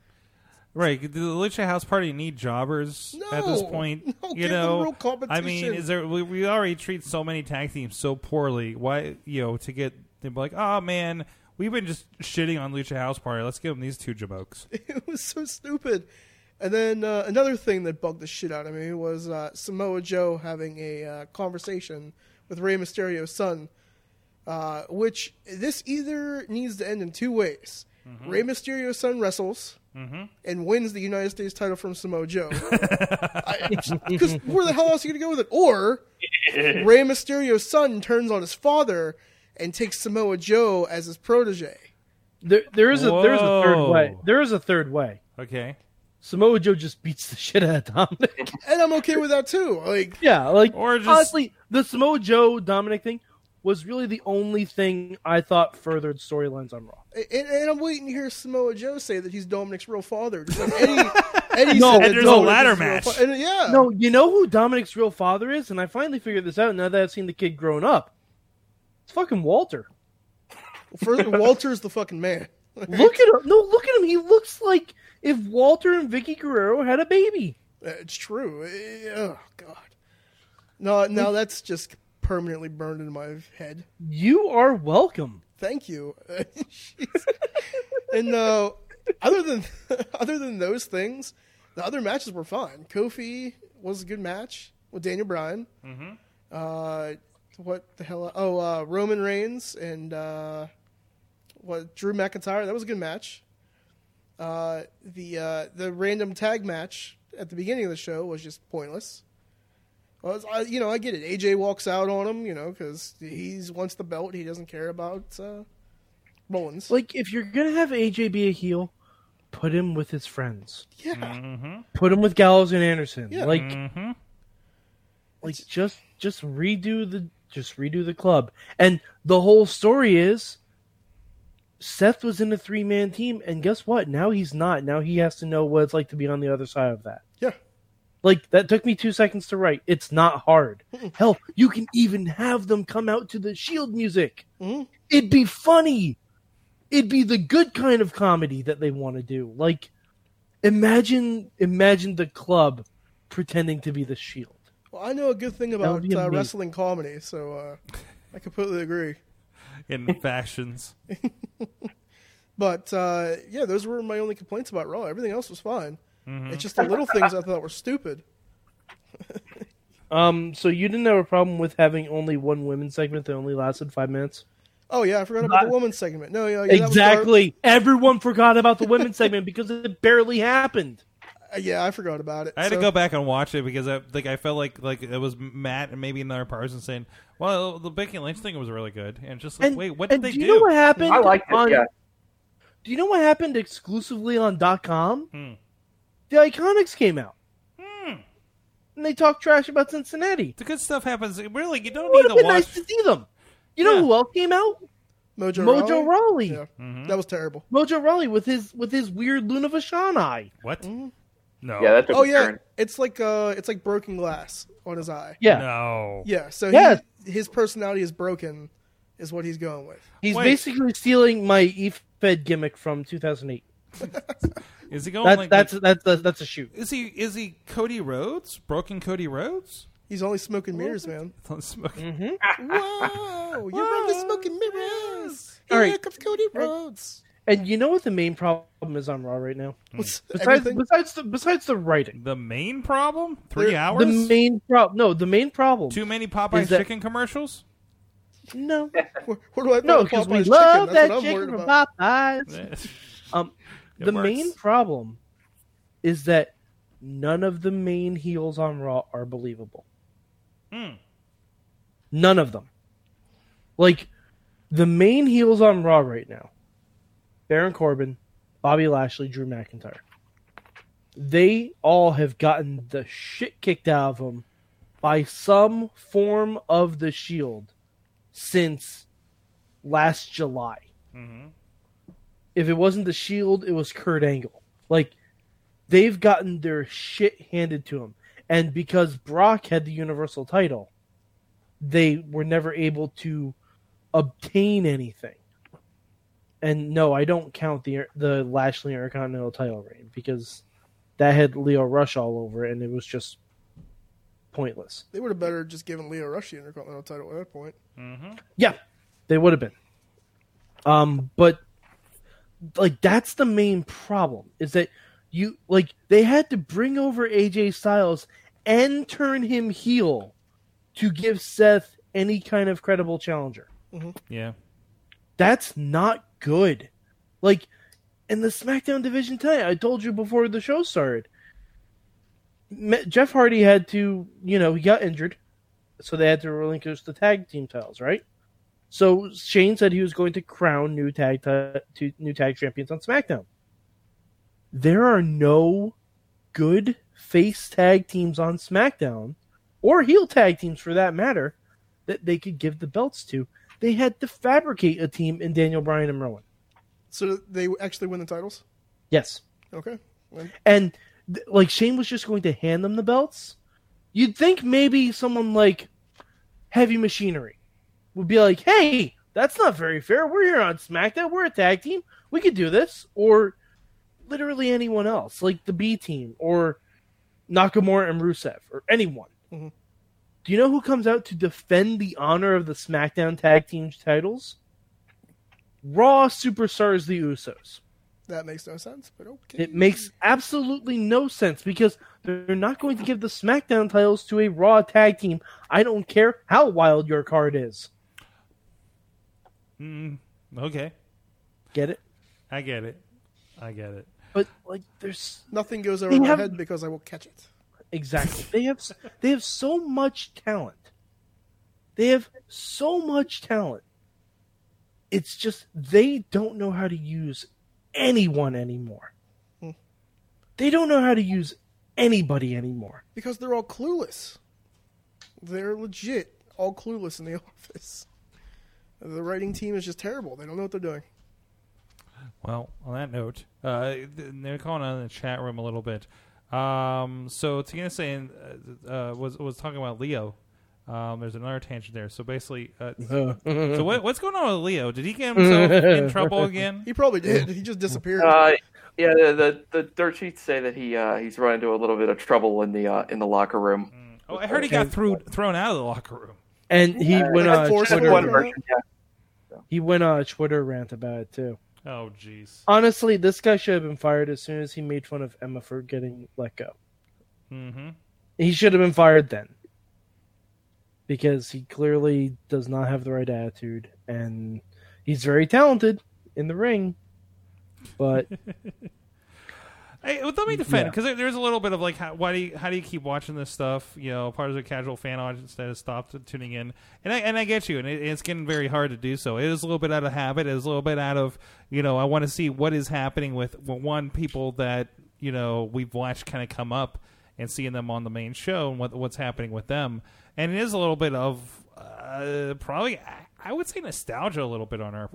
Right. Did the Lucha House Party need jobbers No. at this point? No, you give them know, real competition. I mean, is there? We, we already treat so many tag teams so poorly. Why, you know, to get they'd be like, oh man, we've been just shitting on Lucha House Party. Let's give them these two jabokes. It was so stupid. And then uh, another thing that bugged the shit out of me was uh, Samoa Joe having a uh, conversation with Rey Mysterio's son, uh, which this either needs to end in two ways. Rey Mysterio's son wrestles and wins the United States title from Samoa Joe. Because where the hell else are you going to go with it? Or Rey Mysterio's son turns on his father and takes Samoa Joe as his protege. there, there is a there is a third Whoa. way. There is a third way. Okay. Samoa Joe just beats the shit out of Dominic. And I'm okay with that too. Like, Yeah, like Or just- honestly, the Samoa Joe Dominic thing was really the only thing I thought furthered storylines on Raw. And, and I'm waiting to hear Samoa Joe say that he's Dominic's real father. Just like Eddie, Eddie No, said and that there's a Dominic ladder is his real match. fa- and, yeah, No, you know who Dominic's real father is, and I finally figured this out now that I've seen the kid grown up. It's fucking Walter. First, Walter's the fucking man. Look at him. No, look at him. He looks like if Walter and Vicky Guerrero had a baby. It's true. Eh, Oh God. No, no, that's just permanently burned in my head. You are welcome. Thank you. Jeez. and uh, other than other than those things, the other matches were fine. Kofi was a good match with Daniel Bryan. Mm-hmm. Uh, what the hell? Oh, uh, Roman Reigns and uh, what Drew McIntyre. That was a good match. Uh, the uh, the random tag match at the beginning of the show was just pointless. Well, it's- I, you know, I get it. AJ walks out on him, you know, because he's wants the belt. He doesn't care about uh, Rollins. Like if you're gonna have AJ be a heel, put him with his friends. yeah, Put him with Mm. Gallows and Anderson. Yeah. Like, Mm-hmm. like just just redo the Just redo the club. And the whole story is Seth was in a three man team, and guess what? Now he's not. Now he has to know what it's like to be on the other side of that. Yeah. Like, that took me two seconds to write. It's not hard. Hmm. Hell, you can even have them come out to the shield music. Mhm. It'd be funny. It'd be the good kind of comedy that they want to do. Like, imagine imagine the club pretending to be the shield. Well, I know a good thing would about be uh, amazing. wrestling comedy, so uh, I completely agree. in fashions. But uh, yeah, those were my only complaints about Raw. Everything else was fine. Mm-hmm. It's just the little things I thought were stupid. Um, so you didn't have a problem with having only one women's segment that only lasted five minutes? Oh yeah, I forgot about Not- the woman's segment. No, yeah, yeah, that was our- Exactly. Everyone forgot about the women's segment because it barely happened. uh, yeah, I forgot about it. I had So- to go back and watch it because I like I felt like like it was Matt and maybe another person saying, "Well, the Becky Lynch thing was really good," and just like, And wait, what did and they do you know what happened? I liked it. on- Yeah, Do you know what happened exclusively on .com? Hmm. The Iconics came out. And they talked trash about Cincinnati. the good stuff happens. Really, you don't It would need have to been watch. nice to see them. You know Yeah. who else came out? Mojo, Mojo Rawley. Yeah, Mm-hmm. Hmm? that was terrible. Mojo Rawley with his with his weird Luna Vashon eye. What? No. yeah, that took Oh a yeah, turn. it's like uh, it's like broken glass on his eye. Yeah, No. Yeah, so Yes. he, his personality is broken, is what he's going with. he's Wait. basically stealing my E E-Fed gimmick from 2008. Is he going That's like that's, that's that's that's a shoot. Is he is he Cody Rhodes? Broken Cody Rhodes? He's only smoking mirrors, man. Don't smoke. Mm-hmm. Whoa, you're only smoking mirrors. All right. comes Cody Rhodes. And you know what the main problem is on Raw right now? Besides Everything, besides the besides the writing, The main problem? Three The hours? the main problem. No, the main problem. Too many Popeye's is that- chicken commercials? no, where, where do I put no, Popeye's because we chicken? love That's that what I'm chicken worried from about. Popeyes. It Um, the works. main problem is that none of the main heels on Raw are believable. Hmm. None of them. Like the main heels on Raw right now: Baron Corbin, Bobby Lashley, Drew McIntyre. They all have gotten the shit kicked out of them by some form of the Shield since last July. If it wasn't the Shield, it was Kurt Angle. Like they've gotten their shit handed to them, and because Brock had the Universal Title, they were never able to obtain anything. And no, I don't count the the Lashley Intercontinental title reign because that had Leo Rush all over it and it was just pointless. They would have better just given Leo Rush the Intercontinental title at that point. Mm-hmm. Yeah, they would have been. Um, but like that's the main problem is that you like they had to bring over AJ Styles and turn him heel to give Seth any kind of credible challenger. Yeah. That's not good. Like in the SmackDown division tonight, I told you before the show started. Me- Jeff Hardy had to, you know, he got injured, so they had to relinquish the tag team titles, right? So Shane said he was going to crown new tag ti- two new tag champions on SmackDown. There are no good face tag teams on SmackDown, or heel tag teams for that matter, that they could give the belts to. They had to fabricate a team in Daniel Bryan and Rowan. So they actually win the titles? Yes. Okay. Well, and th- like Shane was just going to hand them the belts, you'd think maybe someone like Heavy Machinery would be like, "Hey, that's not very fair. We're here on SmackDown. We're a tag team. We could do this." Or literally anyone else, like the B Team or Nakamura and Rusev or anyone. Mhm. Do you know who comes out to defend the honor of the SmackDown tag team titles? Raw superstars, the Usos. That makes no sense, but okay. It makes absolutely no sense because they're not going to give the SmackDown titles to a Raw tag team. I don't care how wild your card is. Mm, okay. Get it? I get it. I get it. But like, there's Nothing goes over They my have- head because I will catch it. exactly they have s- they have so much talent. They have so much talent. It's just they don't know how to use anyone anymore. They don't know how to use anybody anymore. Because they're all clueless. They're legit all clueless in the office. The writing team is just terrible. They don't know what they're doing. Well, on that note, uh, th- they're calling out in the chat room a little bit. Um, so Tina saying uh, uh, was was talking about Leo. Um, there's another tangent there. So basically, uh, so what, what's going on with Leo? Did he get himself in trouble again? He probably did. He just disappeared. Uh, yeah, the, the the dirt sheets say that he uh, he's run into a little bit of trouble in the uh, in the locker room. Oh, I heard he got threw, thrown out of the locker room. And he went like on force Twitter. One Twitter. version, yeah. He went on a Twitter rant about it too. Oh, jeez. Honestly, this guy should have been fired as soon as he made fun of Emma for getting let go. Mm-hmm. He should have been fired then. Because he clearly does not have the right attitude and he's very talented in the ring. But Hey, well, let me defend Yeah. because there, there's a little bit of like, how, why do you, how do you keep watching this stuff? You know, part of the casual fan audience that has stopped tuning in, and I and I get you, and it, it's getting very hard to do so. It is a little bit out of habit. It is a little bit out of you know, I want to see what is happening with well, one people that you know we've watched kind of come up and seeing them on the main show and what what's happening with them, and it is a little bit of uh, probably I- I would say nostalgia a little bit on our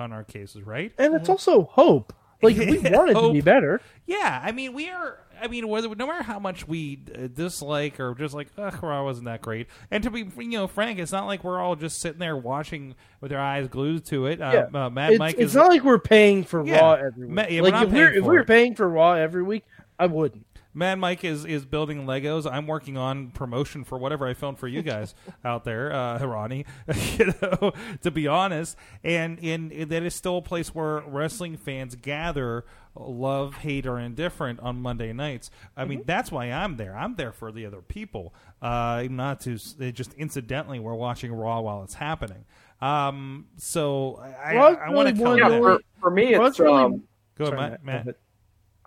on our cases, right? and it's also hope. Like we wanted to be Hope. better. Yeah, I mean, we are. I mean, whether no matter how much we uh, dislike or just like, ugh, Raw wasn't that great. And to be, you know, frank, it's not like we're all just sitting there watching with our eyes glued to it. Uh, uh, Mad it's, Mike it's is not like we're paying for Yeah. Raw every week. Ma- yeah, we're like not if we're paying if for we were it. paying for Raw every week, I wouldn't. Mad Mike is is building Legos. I'm working on promotion for whatever I filmed for you guys out there, uh, Ronnie. you know, to be honest, and and that is still a place where wrestling fans gather, love, hate, or indifferent on Monday nights. I mean, that's why I'm there. I'm there for the other people, uh, not to s- it just incidentally. We're watching Raw while it's happening. Um, so I, Raw's I, I want to come. really one Yeah, of the Go only- for, for me, it's Raw's really- um, ahead, Sorry, Matt. Matt. but-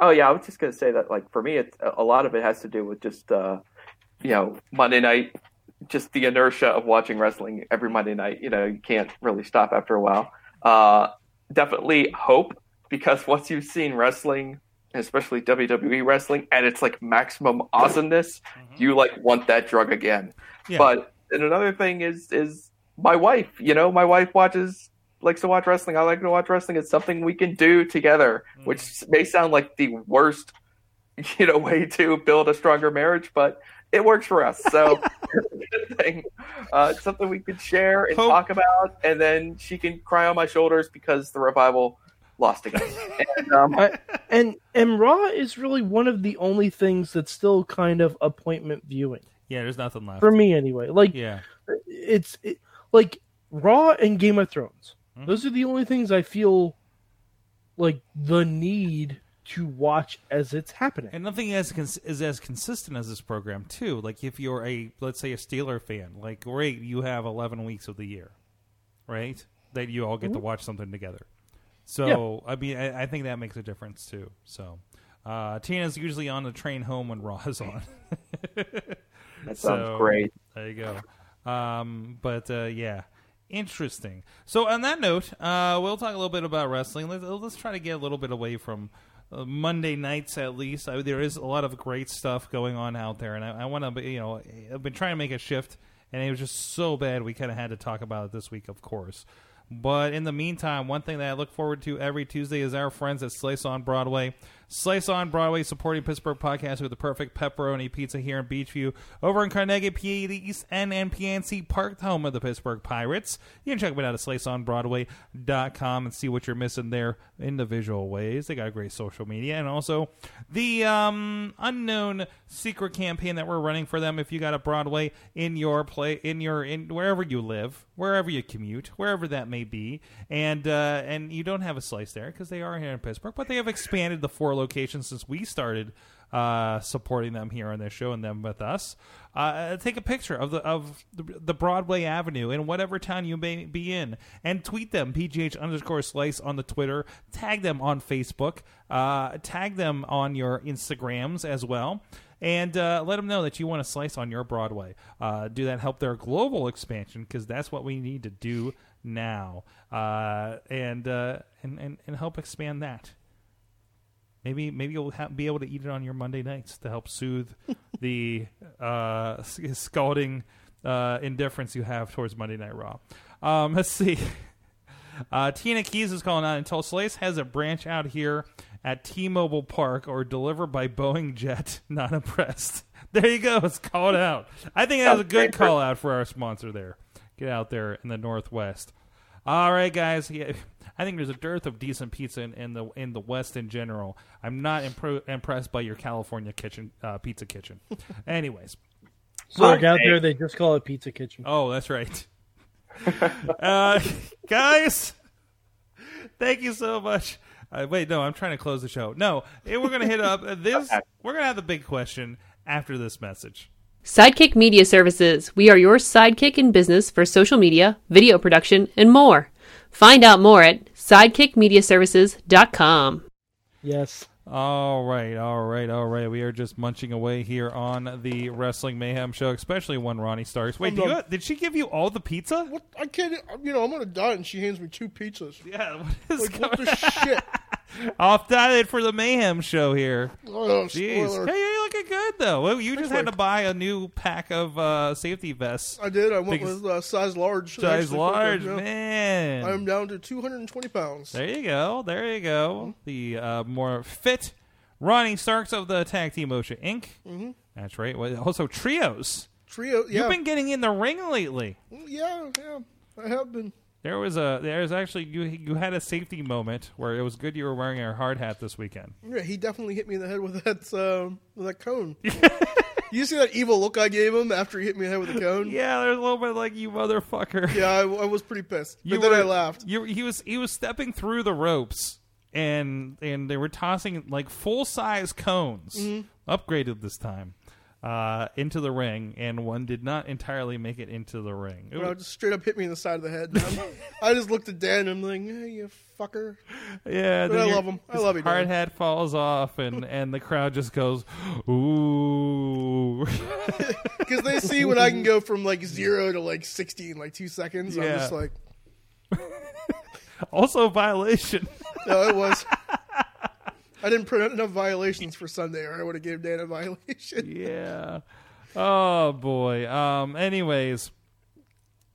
Oh yeah, I was just gonna say that. Like for me, it's a lot of it has to do with just uh, you know Monday night, just the inertia of watching wrestling every Monday night. You know, you can't really stop after a while. Uh, definitely hope because once you've seen wrestling, especially WWE wrestling, at its like maximum awesomeness, you like want that drug again. Yeah. But and another thing is is my wife. You know, my wife watches likes to watch wrestling. I like to watch wrestling. It's something we can do together, Mm. which may sound like the worst, you know, way to build a stronger marriage, but it works for us. So it's a good thing. Uh, it's something we could share and Hope- talk about, and then she can cry on my shoulders because the revival lost again. and, um, and and Raw is really one of the only things that's still kind of appointment viewing Yeah, there's nothing left. for me anyway. Like Yeah. it's it, like Raw and Game of Thrones. Mhm. Those are the only things I feel like the need to watch as it's happening. And nothing as cons- is as consistent as this program too. Like if you're a let's say a Steeler fan, like great, you have eleven weeks of the year, right? That you all get to watch something together. So I mean, I, I think that makes a difference too. So uh, Tina's usually on the train home when Raw is on. that sounds So, great. There you go. Um, but uh, yeah, interesting. So on that note, uh, we'll talk a little bit about wrestling. Let's, let's try to get a little bit away from uh, Monday nights at least. I, there is a lot of great stuff going on out there, and I, I want to, you know, I've been trying to make a shift, and it was just so bad we kind of had to talk about it this week, of course. But in the meantime, one thing that I look forward to every Tuesday is our friends at Slice on Broadway. Slice on Broadway supporting Pittsburgh podcast with the perfect pepperoni pizza here in Beachview, over in Carnegie, PA, the East End and PNC Park, the home of the Pittsburgh Pirates. You can check them out at sliceonbroadway.com and see what you're missing there in the visual ways. They got great social media and also the um, unknown secret campaign that we're running for them. If you got a Broadway in your play, in your in wherever you live, wherever you commute, wherever that may be, and uh, and you don't have a slice there because they are here in Pittsburgh, but they have expanded the four locations since we started uh, supporting them here on this show and them with us. Uh, take a picture of the of the, the Broadway Avenue in whatever town you may be in, and tweet them pgh underscore slice on the Twitter, tag them on Facebook, uh, tag them on your Instagrams as well and uh, let them know that you want a slice on your Broadway. Uh, do that help their global expansion because that's what we need to do now, uh, and, uh, and and and help expand that. Maybe maybe you'll ha- be able to eat it on your Monday nights to help soothe the uh, s- scalding uh, indifference you have towards Monday Night Raw. Um, let's see. Uh, Tina Keys is calling out until Slice has a branch out here at T-Mobile Park or deliver by Boeing jet. Not impressed. There you go. It's called out. I think that was a good call out for our sponsor there. Get out there in the Northwest. All right, guys. Yeah, I think there's a dearth of decent pizza in, in the in the West in general. I'm not impro- impressed by your California kitchen uh, pizza kitchen. Anyways, So like out there, they just call it Pizza Kitchen. Oh, that's right. uh, guys, thank you so much. Uh, wait, no, I'm trying to close the show. No, eh, we're gonna hit up this. We're gonna have the big question after this message. Sidekick Media Services. We are your sidekick in business for social media, video production, and more. Find out more at sidekickmediaservices.com. Yes. All right, all right, all right. We are just munching away here on the Wrestling Mayhem show, especially when Ronnie Starks. Wait, do Hold you, on. did she give you all the pizza? What? I can't. e, You know, I'm gonna die, and she hands me two pizzas. Yeah, what is Like going what the shit? off diet for the Mayhem show here? Oh, spoiler. Jeez. Hey, you're looking good though. Well, you just had to buy a new pack of uh, safety vests. I did. I went Biggest- with uh, size large. Size Actually, large, yeah. man. I'm down to 220 pounds. There you go. There you go. The uh, more fit Ronnie Starks of the Tag Team OSHA Inc. Mm-hmm. That's right. Well, Also trios. Trio. Yeah. Mm, You've been getting in the ring lately. Yeah. Yeah. I have been. There was a there's actually you you had a safety moment where it was good you were wearing a hard hat this weekend. Yeah, he definitely hit me in the head with that um, with that cone. you see that evil look I gave him after he hit me in the head with the cone? Yeah, there's a little bit like you motherfucker. Yeah, I, I was pretty pissed. But You then were- I laughed. You he was he was stepping through the ropes and and they were tossing like full size cones, Mm-hmm. upgraded this time, uh, into the ring, and one did not entirely make it into the ring. It You know, was- just straight up hit me in the side of the head. I'm- I just looked at Dan and I'm like, hey, you fucker. yeah, then I your- love him. I his love you, Hard Dad. hat falls off, and and the crowd just goes, ooh. Because they see when I can go from like zero to like 60 in like two seconds. Yeah. I'm just like, also a violation. no, it was. I didn't print out enough violations for Sunday or I would have gave Dan a violation. yeah. Oh boy. Um. Anyways,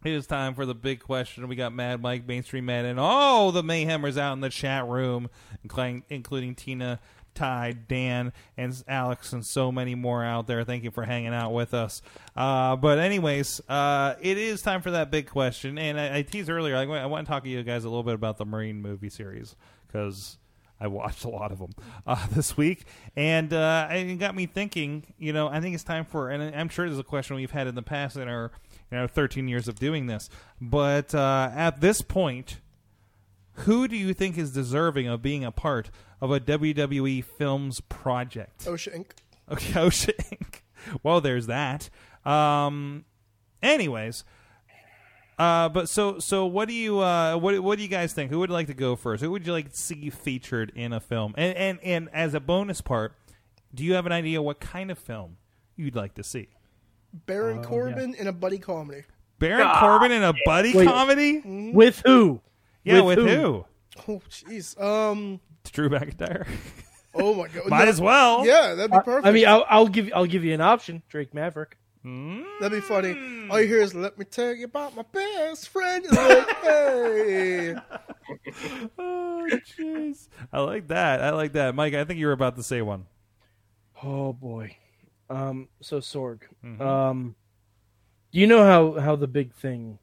it is time for the big question. We got Mad Mike, Mainstream Mad, and all the mayhemers out in the chat room, including including Tina, Ty, Dan, and Alex, and so many more out there. Thank you for hanging out with us. Uh. But anyways, uh, it is time for that big question. And I, I teased earlier. I, wa- I want to talk to you guys a little bit about the Marine movie series because. I watched a lot of them uh, this week, and uh, it got me thinking. You know, I think it's time for, and I'm sure there's a question we've had in the past in our in our 13 years of doing this, but uh, at this point, who do you think is deserving of being a part of a WWE films project? Oh, shank. Okay, OSHA Inc. Well, there's that. Um, anyways, uh, but so so what do you uh, what what do you guys think? Who would like to go first? Who would you like to see featured in a film? And and and as a bonus part, do you have an idea what kind of film you'd like to see? Baron Corbin in a buddy comedy. Baron Corbin in a buddy Wait. comedy? With who? Yeah, with, With who? who? Oh, jeez. Um. Drew McIntyre. Oh my god. Might No, as well. Yeah, that'd be perfect. I mean, I'll, I'll give I'll give you an option. Drake Maverick. Mm, that'd be funny. All you hear is "Let me tell you about my best friend." It's like, hey, Oh, jeez. I like that. I like that, Mike. I think you were about to say one. Oh boy. Um. So Sorg. Um. You know how how the big thing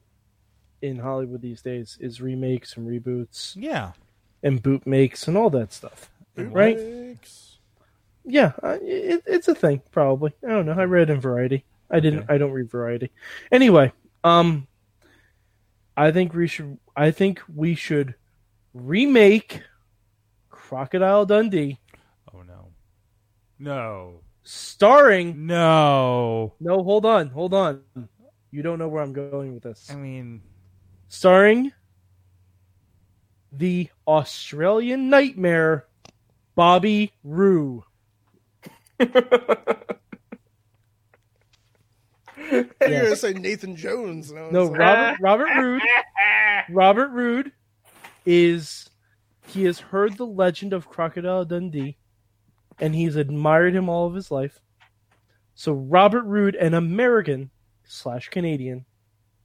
in Hollywood these days is remakes and reboots Yeah. and boot makes and all that stuff, right? Yeah, uh, it, it's a thing probably. I don't know. I read in Variety. I didn't. I don't read Variety. Anyway, um, I think we should. I think we should remake Crocodile Dundee, Oh no. No. starring. No. No, hold on, hold on. You don't know where I'm going with this. I mean, Starring the Australian Nightmare, Bobby Roo. You're gonna say Nathan Jones? And I was No, like, Robert Robert Rood. Robert Rood is he has heard the legend of Crocodile Dundee, and he's admired him all of his life. So Robert Rood, an American, slash Canadian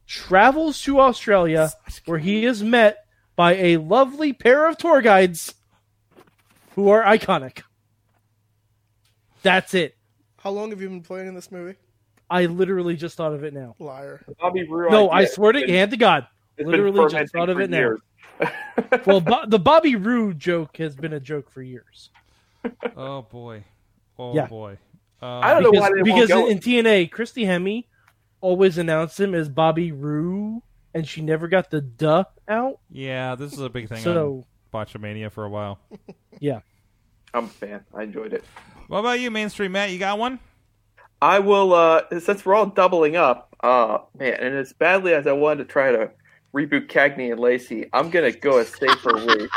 travels to Australia where he is met by a lovely pair of tour guides who are iconic. That's it. How long have you been playing in this movie? I literally just thought of it now. Liar. Bobby Roode No, I idea. swear to It's you, been- hand to God. it's been Literally just fermenting thought of for it now. years. Well, Bo- the Bobby Roode joke has been a joke for years. Oh boy. Oh Yeah. boy. Um, I don't know why Because, they because won't go. in, in TNA, Christy Hemme always announced him as Bobby Roode, and she never got the duh out. Yeah, this is a big thing so, on Botchamania for a while. yeah. I'm a fan. I enjoyed it. What about you, mainstream Matt? You got one? I will. Uh, since we're all doubling up, uh, man, and as badly as I wanted to try to reboot Cagney and Lacey, I'm gonna go a safer route,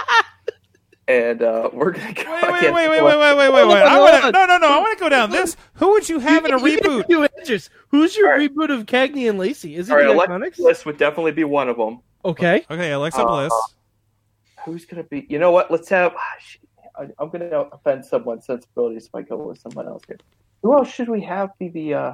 and uh, we're gonna go. Wait, wait, wait, wait, wait, wait, wait, wait. Hold on, I hold want to. on. No, no, no. I want to go down this. Who would you have in a You get reboot? two answers. Who's your All right. reboot of Cagney and Lacey? Is it All right, the Alexa Iconics? Bliss would definitely be one of them. Okay. Okay, Alexa Uh, Bliss. Who's gonna be? You know what? Let's have. ah, shit, I- I'm gonna offend someone's sensibilities if I go with someone else here. Who else should we have be the? Uh,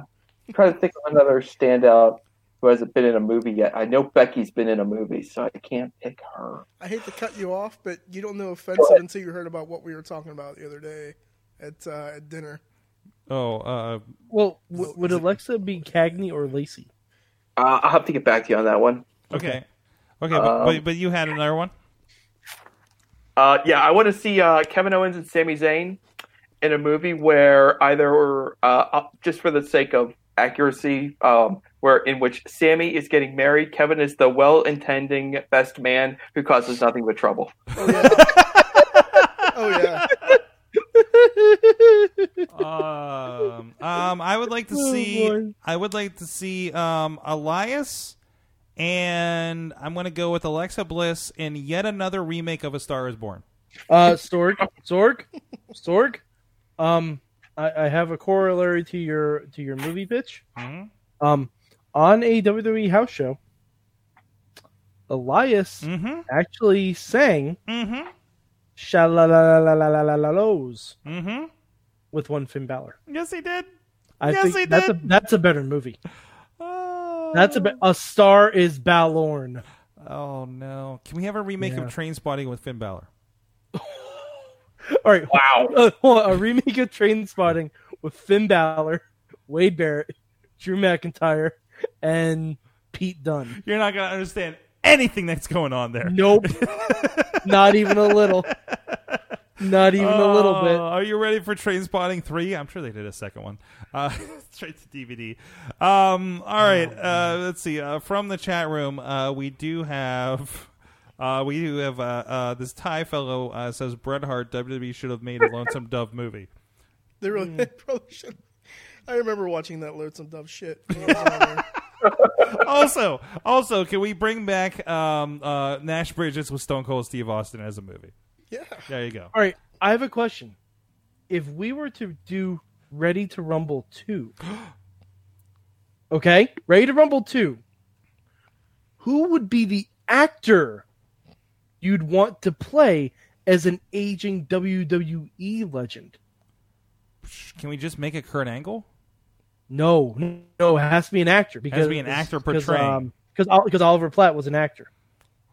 try to think of another standout who hasn't been in a movie yet. I know Becky's been in a movie, so I can't pick her. I hate to cut you off, but you don't know offensive until you heard about what we were talking about the other day at uh, at dinner. Oh, uh, Well, w- would Alexa be Cagney or Lacey? Uh, I'll have to get back to you on that one. okay, okay, but, but but you had another one. Uh, yeah, I want to see uh, Kevin Owens and Sami Zayn in a movie where either, uh, uh, just for the sake of accuracy, um, where in which Sammy is getting married, Kevin is the well-intending best man who causes nothing but trouble. Oh yeah. oh yeah. um, um, I would like to Oh, see. boy. I would like to see um, Elias, and I'm going to go with Alexa Bliss in yet another remake of A Star Is Born. Uh, Sorg, Sorg, Sorg. Um, I, I have a corollary to your to your movie pitch. Mhm. Um, on a WWE house show, Elias Mm-hmm. actually sang Mm-hmm. "Shalalalalalalos" Mm-hmm. with one Finn Balor. Yes, he did. I Yes, he think that's a did. that's a better movie. Oh. That's a be- a star is Balorn. Oh no! Can we have a remake Yeah. of Train Spotting with Finn Balor? All right, Wow. Uh, hold on, a remake of Train Spotting with Finn Balor, Wade Barrett, Drew McIntyre, and Pete Dunne. You're not going to understand anything that's going on there. Nope, not even a little. Not even a little Oh, bit. Are you ready for Train Spotting 3? I'm sure they did a second one. Uh, straight to DVD. Um, all Oh, right. uh, let's see. Uh, from the chat room, uh, we do have. Uh, we do have uh, uh, this Thai fellow uh, says Bret Hart WWE should have made a Lonesome Dove movie. They really Hmm. they probably should. I remember watching that load some dumb shit. when I was on there. also, also, can we bring back um, uh, Nash Bridges with Stone Cold Steve Austin as a movie? yeah. There you go. All right, I have a question. If we were to do Ready to Rumble two, okay, Ready to Rumble two, who would be the actor you'd want to play as an aging WWE legend? Can we just make it Kurt Angle? No, no, it has to be an actor because be an actor because, portraying. um, because Ol- because Oliver Platt was an actor.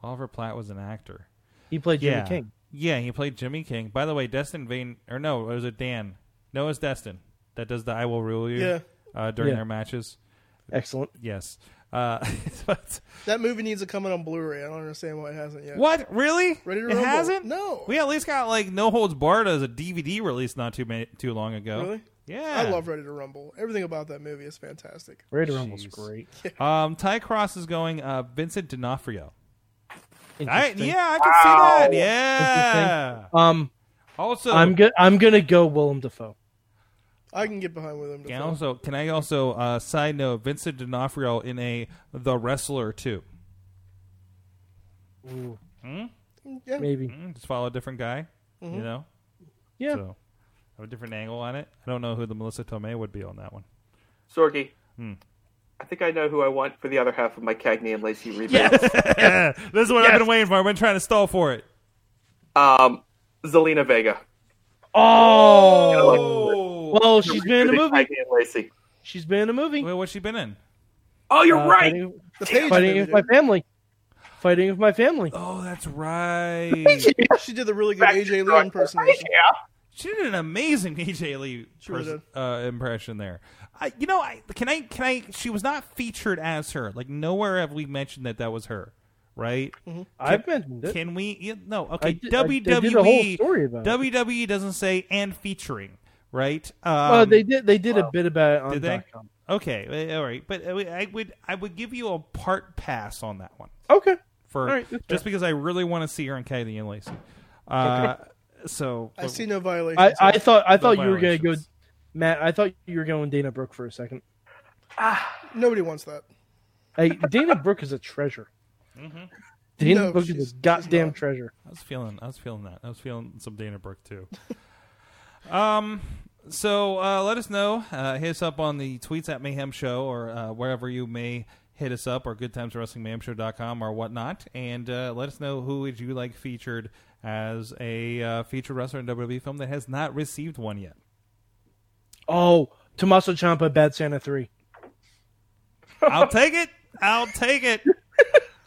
Oliver Platt was an actor. He played Jimmy yeah. King. Yeah, he played Jimmy King. By the way, Destin Vane or no, it was it Dan? No, it's Destin that does the "I will rule you" Yeah. uh, during Yeah. their matches. Excellent. Yes. Uh, but- That movie needs to come out on Blu-ray. I don't understand why it hasn't yet. what really? Ready to it Rumble. hasn't? No. We at least got like No Holds Barred as a DVD release not too ma- too long ago. Really? Yeah. I love Ready to Rumble. Everything about that movie is fantastic. Ready to Rumble's Jeez. great. Um, Ty Cross is going uh, Vincent D'Onofrio. I, Interesting. yeah, I can see that. Yeah. Um, Also, I'm go- I'm gonna go Willem Dafoe. I can get behind with them. Can I also can I also uh, side note Vincent D'Onofrio in a The Wrestler too? Ooh, yeah. maybe. Mm, just follow a different guy, you know. Yeah. So have a different angle on it. I don't know who the Melissa Tomei would be on that one. Sorgi, Hmm. I think I know who I want for the other half of my Cagney and Lacey reboot. this is what I've been waiting for. I've been trying to stall for it. Um, Zelina Vega. Oh, Oh. Oh! well, she's been in a movie. Cagney and Lacey. She's been in a movie. Wait, what's she been in? Oh, you're uh, right. Fighting, The page. fighting with my family. Fighting with my family. Oh, that's right. She did the really good AJ Lee impersonation. Yeah. She did an amazing AJ Lee Sure pers- uh, impression there. I, you know, I can I can I. She was not featured as her. Like nowhere have we mentioned that that was her, right? I've mentioned it. Can we? yeah, No, I okay. did- I- they WWE did a E whole story about it. WWE E doesn't say and featuring, right? Um, well, Oh, they did. They did a bit about it on did they? dot com. Okay, eh, all right. But uh, I would I would give you a part pass on that one Okay. for All right, that's just because I really want to see her in Katie and Lacey. Uh, So I see no violation. I, I thought I thought you were gonna go, violations. Matt. I thought you were going Dana Brooke for a second. Nobody wants that. Hey, Dana Brooke is a treasure. Dana No, Brooke she's- is a she's goddamn not. treasure. I was feeling I was feeling that I was feeling some Dana Brooke too. um. So uh, let us know. Uh, hit us up on the tweets at Mayhem Show or uh, wherever you may hit us up or goodtimeswrestlingmayhemshow.com or whatnot. And uh, let us know who would you like featured as a uh, featured wrestler in WWE film that has not received one yet. Oh, Tommaso Ciampa, Bad Santa three. I'll take it. I'll take it.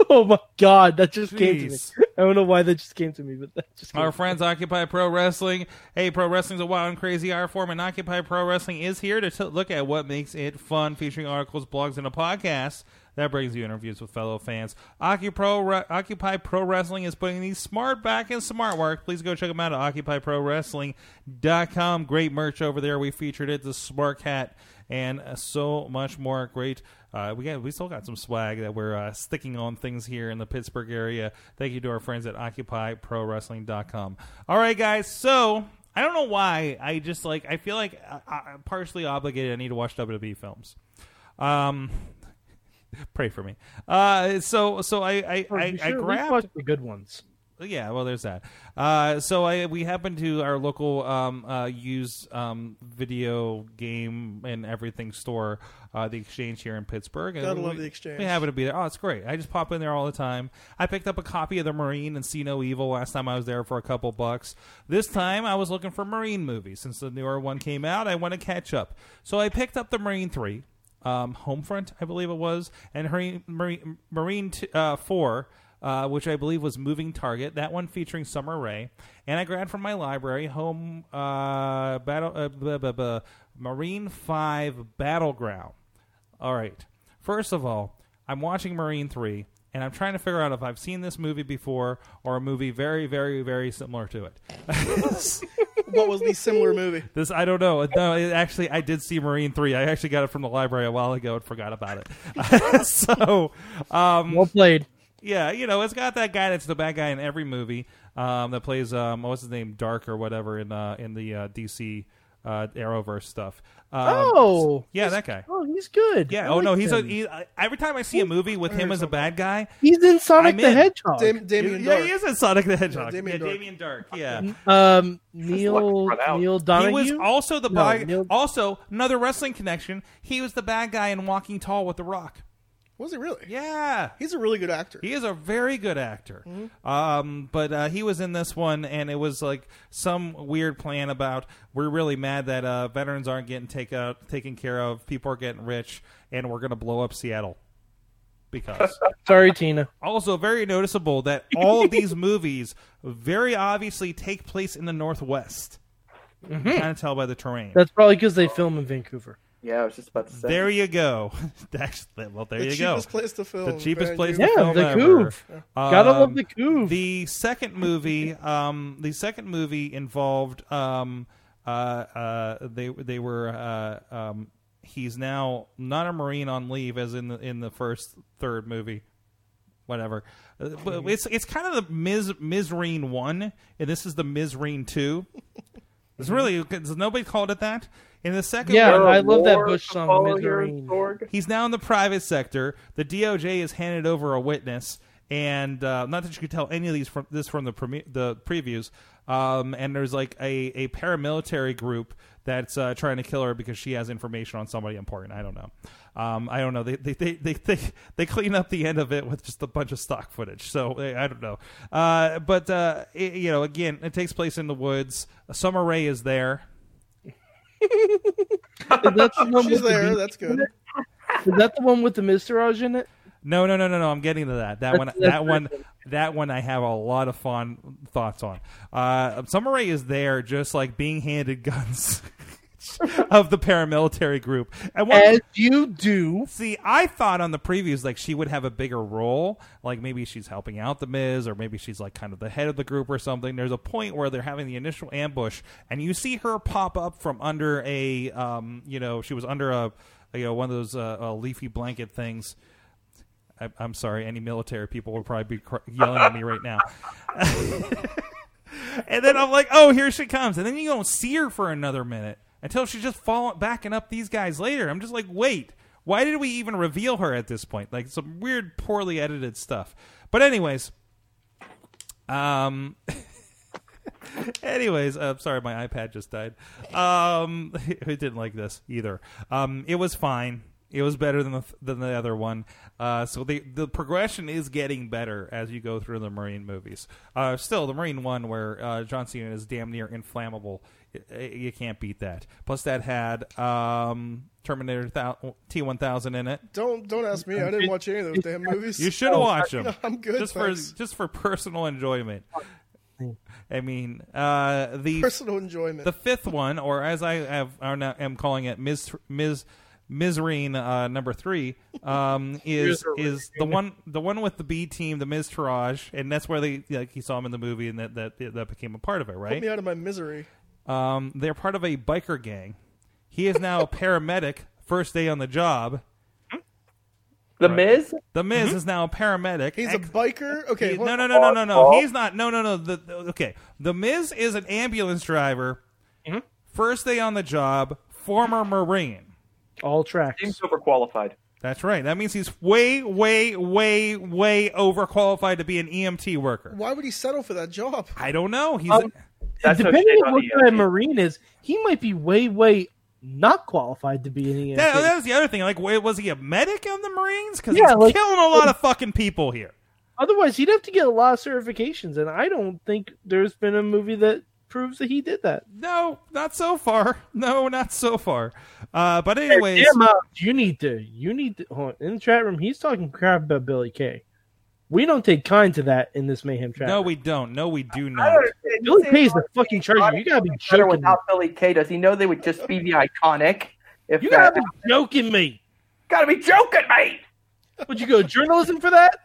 Oh my god, that just came to me. Jeez. I don't know why that just came to me, but that just came Our to me. friends Occupy Pro Wrestling. Hey, pro wrestling's a wild and crazy art form, and Occupy Pro Wrestling is here to t- look at what makes it fun, featuring articles, blogs, and a podcast that brings you interviews with fellow fans. Occupro Re- Occupy Pro Wrestling is putting the smart back in smart work. Please go check them out at OccupyProWrestling.com. Great merch over there. We featured it, the Smart Cat, and uh, so much more. Great. Uh, we got we still got some swag that we're uh, sticking on things here in the Pittsburgh area. Thank you to our friends at OccupyProWrestling.com. All right, guys. So I don't know why I just like I feel like I, I- I'm partially obligated. I need to watch WWE films. Um, pray for me. Uh, so so I I, Oh, I, you I sure? We grabbed watched the good ones. yeah, well, there's that. Uh, so I we happened to our local um, uh, used um, video game and everything store, uh, the Exchange here in Pittsburgh. And Gotta we, love The Exchange. We happened to be there. Oh, it's great. I just pop in there all the time. I picked up a copy of the Marine and See No Evil last time I was there for a couple bucks. This time I was looking for Marine movies since the newer one came out. I want to catch up, so I picked up the Marine Three. Um, Homefront, I believe it was, and Marine, Marine, Marine t- uh, 4, uh, which I believe was Moving Target. That one featuring Summer Rae. And I grabbed from my library Home uh, Battle uh, blah, blah, blah, Marine Five Battleground. All right. First of all, I'm watching Marine Three, and I'm trying to figure out if I've seen this movie before or a movie very, very, very similar to it. What was the similar movie? This I don't know. No, it, actually, I did see Marine Three. I actually got it from the library a while ago and forgot about it. so. Um, Well played. yeah, you know, it's got that guy that's the bad guy in every movie um, that plays um, what's his name, Dark or whatever in uh, in the uh, DC uh, Arrowverse stuff. Um, Oh. yeah, that guy. Oh, he's good. Yeah. I oh like no, he's a, him. he, I- every time I see a movie with him as a bad guy, he's in Sonic I'm the in. Hedgehog. Dam- Damien yeah, Dark. he is in Sonic the Hedgehog. Yeah, Damien Damien, Dark. Dark. Yeah, um, Neil run out. Neil he Donahue. was also the No, bad. Neil- also another wrestling connection. He was the bad guy in Walking Tall with The Rock. Was he really? Yeah, He's a really good actor. He is a very good actor. Um, but uh, he was in this one, and it was like some weird plan about we're really mad that uh, veterans aren't getting take out, taken care of, people are getting rich, and we're going to blow up Seattle. Because Sorry, Tina. also very noticeable that all of these movies very obviously take place in the Northwest. Mm-hmm. Kind of tell by the terrain. That's probably because they film in Vancouver. Yeah, I was just about to say. there you go. That's- well, there the you go. cheapest place to film. the cheapest apparently. place Yeah, to film the ever. Couve. Gotta Um, love the Couve. The second movie, um, the second movie involved um, uh, uh, they they were uh, um, he's now not a marine on leave as in the in the first third movie, whatever. Uh, but it's it's kind of the Miz Mizreen one, and this is the Mizreen two. It's really 'cause nobody called it that. In the second Yeah, one, I love that War Bush to song, follow here in Misery. Sorg? He's now in the private sector. The DOJ has handed over a witness, and uh, not that you could tell any of these from this from the premi- the previews. Um, and there's like a, a paramilitary group that's uh, trying to kill her because she has information on somebody important. I don't know. Um, I don't know. They they, they they they they clean up the end of it with just a bunch of stock footage. So eh, I don't know. Uh, but uh, it- you know, again, it takes place in the woods. Summer Rae is there. That's the one with She's the there. beach. That's good. Is that the one with the Misterage in it? No, no, no, no, no. I'm getting to that. That one, That's- that's that one, that one. I have a lot of fond thoughts on. Uh, Summer Rae is there, just like being handed guns of the paramilitary group. And one, As you do. see, I thought on the previews like she would have a bigger role, like maybe she's helping out the Miz, or maybe she's like kind of the head of the group or something. There's a point where they're having the initial ambush, and you see her pop up from under a, um, you know, she was under a, you know, one of those uh, uh, leafy blanket things. I, I'm sorry, any military people would probably be cr- yelling at me right now. and then I'm like, oh, here she comes. And then you don't see her for another minute until she's just falling, backing up these guys later. I'm just like, wait, why did we even reveal her at this point? Like some weird, poorly edited stuff. But anyways, um, Anyways, uh, sorry, my iPad just died. Um, it didn't like this either. Um, it was fine. It was better than the than the other one. Uh, so the the progression is getting better as you go through the Marine movies. Uh, still, the Marine one where uh, John Cena is damn near inflammable. Y- y- you can't beat that. Plus, that had um, Terminator T one thousand in it. Don't don't ask me. I didn't watch any of those damn movies. You should watch them. Oh, I'm good, Just thanks. for just for personal enjoyment. I mean, uh, the Personal enjoyment. the fifth one, or as I have are now, am calling it, Ms. Ms. Mizreen uh, number three um, is is the one the one with the B team, the Ms. Taraj, and that's where they like he saw him in the movie, and that that that became a part of it, Put me right? out of my misery. Um, they're part of a biker gang. He is now a paramedic, first day on the job. The Miz? The Miz is now a paramedic. Mm-hmm. He's Ex- a biker. Okay, He- hold- no, no, no, no, no, no. Paul? He's not. No, no, no. The, the- okay, the Miz is an ambulance driver. Mm-hmm. First day on the job, former Marine. All tracks. Seems overqualified. That's right. That means he's way, way, way, way overqualified to be an EMT worker. Why would he settle for that job? I don't know. He's Um, That's no Depending shade on what on E the kind of EMT. Marine is, he might be way, way not qualified to be E an EMT. that, that was the other thing. Like, wait, was he a medic on the Marines? Because Yeah, he's like- um, killing a lot of fucking people here. Otherwise, he'd have to get a lot of certifications, and I don't think there's been a movie that proves that he did that. No, not so far. No, not so far. Uh, but anyways, Damn, Miles, you need to. You need to. Hold on. In the chat room, he's talking crap about Billy Kay. We don't take kind to that in this mayhem chat. no, room. we don't. No, we do I not. don't understand. Billy You say Kay's the Ron's fucking treasure. You gotta be better joking. Me. without Billy Kay. Does he know they would just be the iconic? If You that, gotta be joking me. gotta be joking, mate. Would you go journalism for that?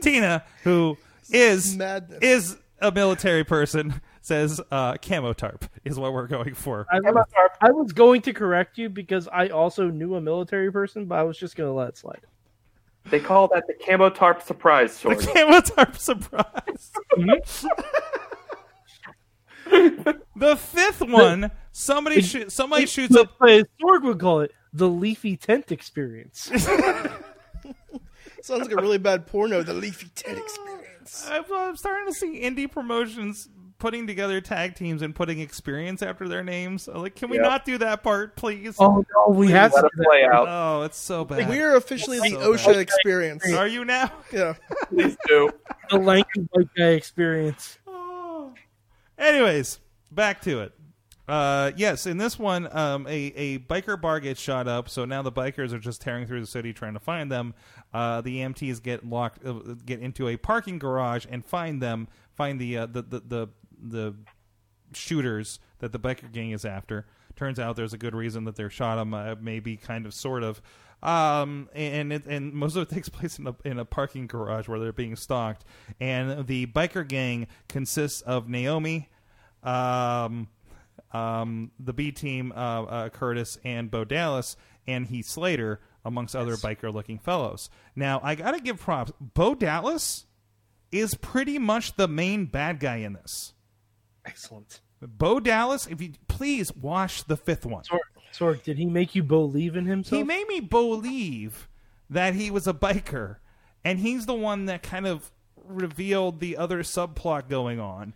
Tina, who is Madness. is a military person, says uh, camo tarp is what we're going for. I Emma was, Tarp, I was going to correct you because I also knew a military person, but I was just gonna let it slide. They call that the camo tarp surprise The sword. camo tarp surprise. the fifth one, somebody shoo- somebody shoots up. But as Sorg would call it, the leafy tent experience. Sounds like a really bad porno. The Leafy Ted experience. I'm, I'm starting to see indie promotions putting together tag teams and putting experience after their names. Like, can we Yep. not do that part, please? oh no, we have Let to. it play out. Oh, it's so bad. We are officially the So OSHA experience. Are you now? Yeah. Please do. the lanky white guy experience. Oh. Anyways, back to it. Uh, yes, in this one, um, a, a biker bar gets shot up, so now the bikers are just tearing through the city trying to find them. Uh, the EMTs get locked, uh, get into a parking garage and find them, find the uh, the, the the the shooters that the biker gang is after. Turns out there's a good reason that they're shot them, uh, maybe kind of, sort of. Um, and it, and most of it takes place in a in a parking garage where they're being stalked. And the biker gang consists of Naomi, um, um, the B team, uh, uh, Curtis and Bo Dallas, and Heath Slater, amongst other biker looking fellows. Now I gotta give props. Bo Dallas is pretty much the main bad guy in this. Excellent. Bo Dallas, if you please watch the fifth one. Sorg, Sorg, did he make you believe in himself? He made me believe that he was a biker, and he's the one that kind of revealed the other subplot going on,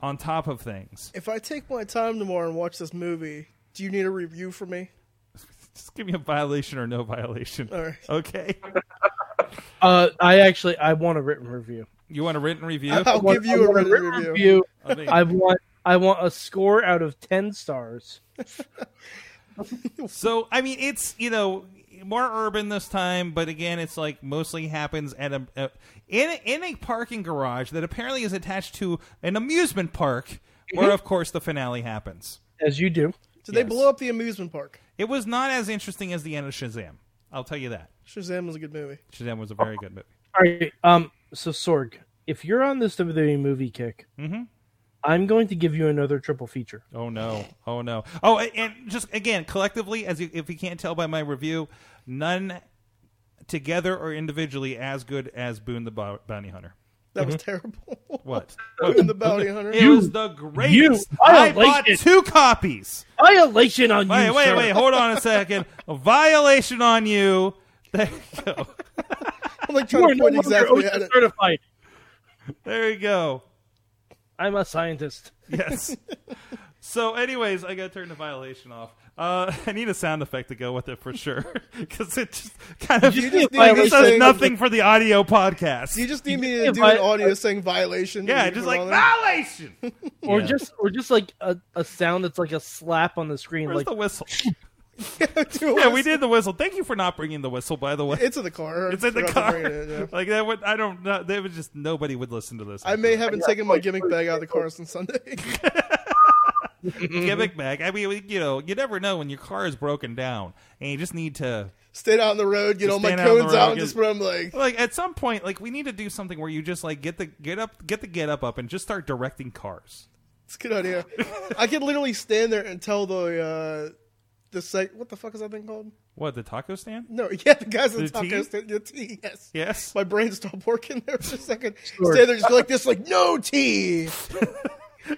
on top of things. If I take my time tomorrow and watch this movie, do you need a review for me? Just give me a violation or no violation. All right. Okay. uh, I actually I want a written review. You want a written review? I'll I want- give I you a want written review. I mean, I want I want a score out of ten stars. so I mean, it's you know, more urban this time, but again, it's like mostly happens at a, a in in a parking garage that apparently is attached to an amusement park, where Mm-hmm. of course the finale happens. as you do. Did they blow up the amusement park? It was not as interesting as the end of Shazam. I'll tell you that. Shazam was a good movie. Shazam was a very good movie. All right. Um. So Sorg, if you're on this WWE movie kick, Mhm. I'm going to give you another triple feature. Oh no! Oh no! Oh, and, and just again, collectively, as you, if you can't tell by my review, none together or individually as good as Boone the Bo- Bounty Hunter. That was terrible. What? Boone the Bounty Hunter. It was the greatest. I don't I, like bought it. two copies. Violation on Wait, you. wait, sir. wait. Hold on a second. A violation on you. There you go. I'm like You trying are to no point longer exactly at OSHA it. certified. There you go. I'm a scientist. Yes. So, anyways, I got to turn the violation off. Uh, I need a sound effect to go with it for sure because it just kind of You just need like, to this say- does nothing for the audio podcast. You just need me Yeah, to do vi- an audio saying violation. yeah, and just leave it like "Ah!" on there? violation. Or Yeah. just or just like a, a sound that's like a slap on the screen. Where's like the whistle? Do a Yeah, we whistle. did the whistle. Thank you for not bringing the whistle, by the way. It's in the car. I It's in the forgot car. to bring it in, yeah. Like that would I don't know. They would just nobody would listen to this. I may haven't taken my gimmick bag out of the car since Sunday. gimmick back. I mean, you know, you never know when your car is broken down and you just need to Stayed out on the road, get Just all my stand out on the cones road, out, and get- just put them like. like at some point like we need to do something where you just like get the get up get the get up up and just start directing cars. It's a good idea. I could literally stand there and tell the uh, the site. What the fuck is that thing called? What the taco stand? No, yeah, the guys in The the tea? taco stand. The tea, yes. Yes. My brain stopped working there for a second. Stand there, just like this, like no tea.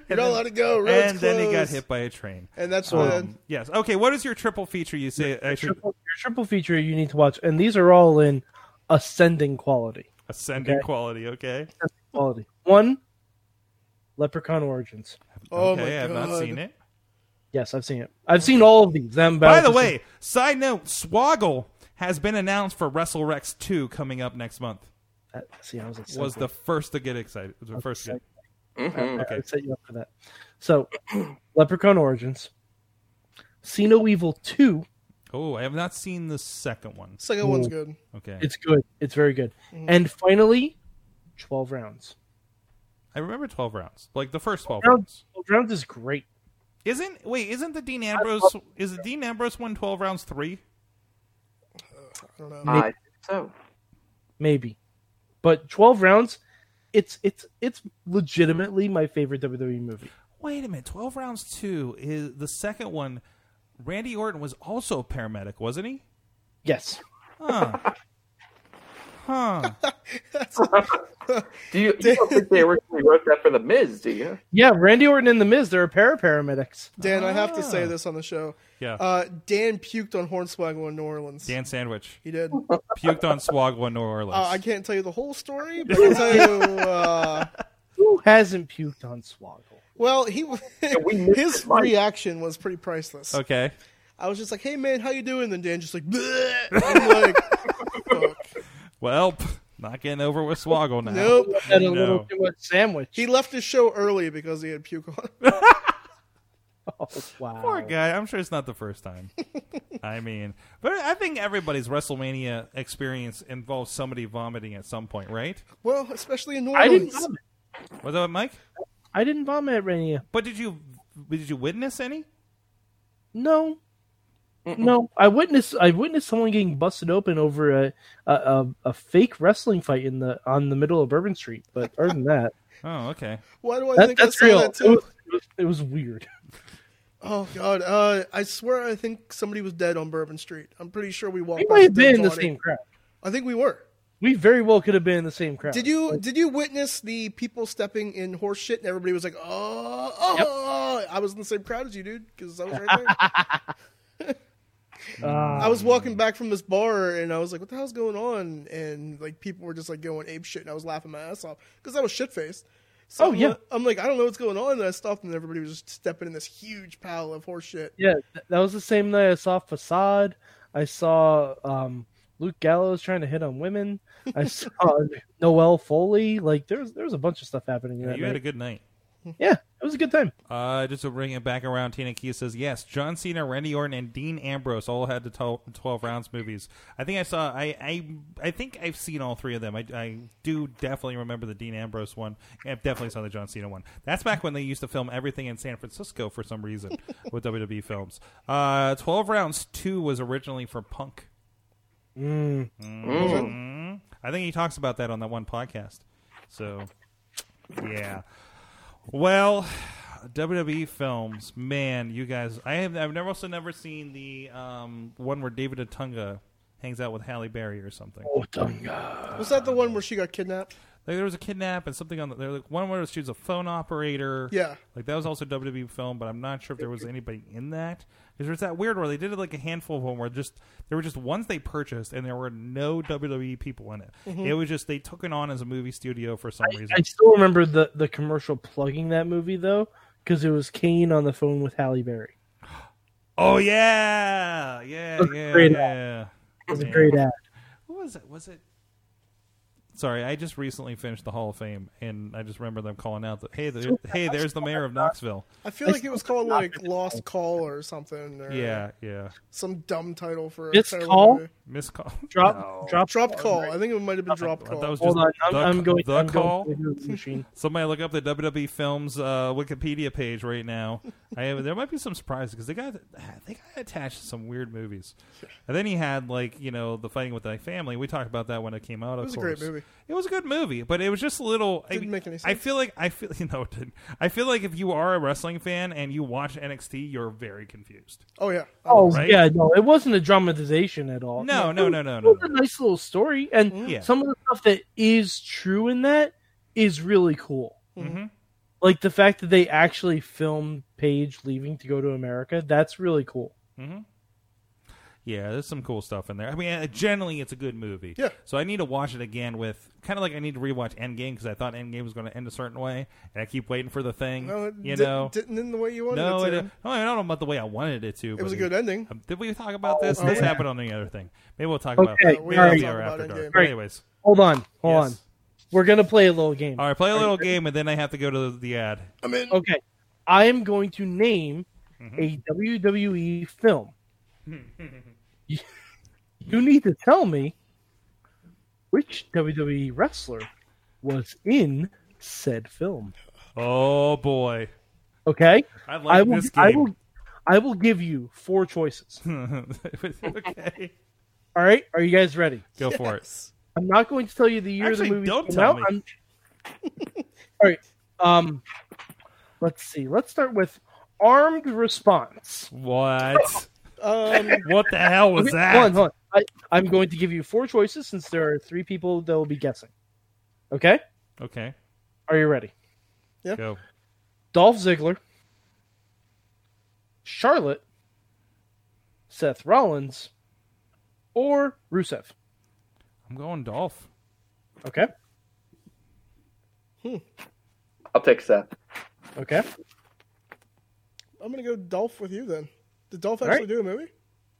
You're not allowed to go. Roads and then he got closed. hit by a train. And that's Um, when yes. Okay. What is your triple feature? You say I should triple, your triple feature you need to watch, and these are all in ascending quality. ascending Okay. quality. Okay. Quality one, Leprechaun Origins. Oh okay. my I've not God. seen it. Yes, I've seen it. I've seen all of these. Them By the way, side note: Swoggle has been announced for WrestleRex 2 coming up next month. That- see, I was, Was the first to get excited. The first. to get- okay. Mm-hmm. Okay. set you up for that. So, Leprechaun Origins, See No Evil Two. Oh, I have not seen the second one. second one's good. Okay. It's good. It's very good. And finally, Twelve Rounds. I remember twelve rounds, like the first twelve Round- rounds. Twelve Rounds is great. Isn't wait? Isn't the Dean Ambrose? Is the Dean Ambrose one 12 rounds three? I don't know. I think so. maybe. But 12 rounds, it's it's it's legitimately my favorite WWE movie. Wait a minute. Twelve rounds two is the second one. Randy Orton was also a paramedic, wasn't he? Yes. Huh. huh. Do you, you don't think they originally wrote that for the Miz? Do you? Yeah, Randy Orton and The Miz, they're a pair of paramedics. Dan, I have to say Ah. this on the show. Yeah. Uh, Dan puked on Hornswoggle in New Orleans. Dan Sandwich He did. puked on Swagwa, New Orleans. Uh, I can't tell you the whole story, but I'll tell you. Uh, Who hasn't puked on Swoggle? well, he we missed his it, Mike. reaction was pretty priceless. okay. I was just like, "Hey, man, how you doing?" Then Dan just like, "Bleh." I'm like, "Fuck." Well, pff, not getting over with Swoggle now. "Nope." Had a No. little too much sandwich. He left his show early because he had puke on. him. oh, wow. Poor guy. I'm sure it's not the first time. I mean, but I think everybody's WrestleMania experience involves somebody vomiting at some point, right? Well, especially in New I Orleans. didn't vomit. Was that Mike? I didn't vomit at Rania. But did you did you witness any? No. No, I witnessed I witnessed someone getting busted open over a, a a a fake wrestling fight in the on the middle of Bourbon Street, but other than that, Oh, okay. Why do I that think I that's saw real. that It too? was- it was- it was weird. Oh God! Uh, I swear, I think somebody was dead on Bourbon Street. I'm pretty sure we walked. We by might a have dead been in the body. same crowd. I think we were. We very well could have been in the same crowd. Did you did you witness the people stepping in horse shit and everybody was like, oh, oh, I was in the same crowd as you, dude, because I was right there. uh, I was walking back from this bar and I was like, what the hell's going on? And like people were just like going ape shit and I was laughing my ass off because I was shit faced. So Oh, I'm yeah. li- I'm like, I don't know what's going on. And I stopped and everybody was just stepping in this huge pile of horse shit. Yeah, th- that was the same night I saw Facade. I saw um, Luke Gallows trying to hit on women. I saw Noel Foley. Like there's there's a bunch of stuff happening. That you had a night. good night. Yeah, it was a good time. Uh, just to bring it back around, Tina Key says yes. John Cena, Randy Orton, and Dean Ambrose all had the tol- twelve rounds movies. I think I saw. I I, I think I've seen all three of them. I, I do definitely remember the Dean Ambrose one. I definitely saw the John Cena one. That's back when they used to film everything in San Francisco for some reason with WWE films. Uh, twelve rounds two was originally for Punk. Mm. I think he talks about that on that one podcast. So, yeah. Well, WWE E films, man, you guys. I have I've never also never seen the um, one where David Otunga hangs out with Halle Berry or something. Oh. Was that the one where she got kidnapped? Like there was a kidnap and something on the there was like one where she was a phone operator. Yeah. like that was also a WWE film, but I'm not sure if there was anybody in that because there's that weird where they did it like a handful of them where just there were just ones they purchased and there were no WWE people in it. It was just they took it on as a movie studio for some reason. Mm-hmm. I still remember the, the commercial plugging that movie though, because it was Kane on the phone with Halle Berry. oh yeah, yeah, That's yeah, great. yeah. It was Yeah. a great ad. Who was it? Was it? Sorry, I just recently finished the Hall of Fame, and I just remember them calling out that hey, there, hey, there's the mayor of Knoxville. I feel like it was called like Lost Call or something. Or Yeah, yeah, Some dumb title for a It's terrible Call? movie. miss call. Drop, drop, Drop Call. I think it might have been Drop Oh, I Call. thought it was just Hold on, I'm, the, I'm going. the I'm call. Going to the machine. Somebody look up the WWE Films uh, Wikipedia page right now. I have, there might be some surprises because they got they got attached to some weird movies. And then he had like you know the fighting with my family. We talked about that when it came out. It was a great movie. It was a good movie, but it was just a little. I, Didn't make any I sense. feel like I feel you know it didn't. I feel like if you are a wrestling fan and you watch NXT, you're very confused. oh yeah. Oh Right? yeah, no, it wasn't a dramatization at all. No, It no, was- no, no, It no, Mm-hmm. was a nice little story, and Yeah. some of the stuff that is true in that is really cool. Mhm. Like the fact that they actually filmed Paige leaving to go to America. That's really cool. Yeah, there's some cool stuff in there. I mean, uh, generally, it's a good movie. Yeah. So I need to watch it again with kind of like I need to rewatch Endgame because I thought Endgame was going to end a certain way, and I keep waiting for the thing. No, it you di- know, didn't in the way you wanted no, it it, to. no, I don't know about the way I wanted it to. It was a good ending. Um, did we talk about this? this yeah. happened on the other thing. Maybe we'll talk about Okay, that. Maybe all that'll be right. our Talk about after dark. Endgame. But anyways, Hold on, hold yes. on. We're gonna play a little game. All right, play a little game, and then I have to go to the, the ad. I'm in. Okay, I am going to name Mm-hmm. a WWE film. you you need to tell me which WWE wrestler was in said film. Oh boy, Okay, I like I will. this game. I will. I will give you four choices. okay, All right, are you guys ready? go for it. I'm not going to tell you the year Actually, the movie don't came tell out. me. I'm... All right. Um, let's see. Let's start with Armed Response. What? Um, What the hell was Okay, that? Hold on, hold on. I, I'm going to give you four choices since there are three people that will be guessing. Okay, Okay, are you ready? go. Dolph Ziggler, Charlotte, Seth Rollins, or Rusev. I'm going Dolph. Okay. I'll take Seth. Okay. I'm gonna go Dolph with you then. Did Dolph right. actually do a movie?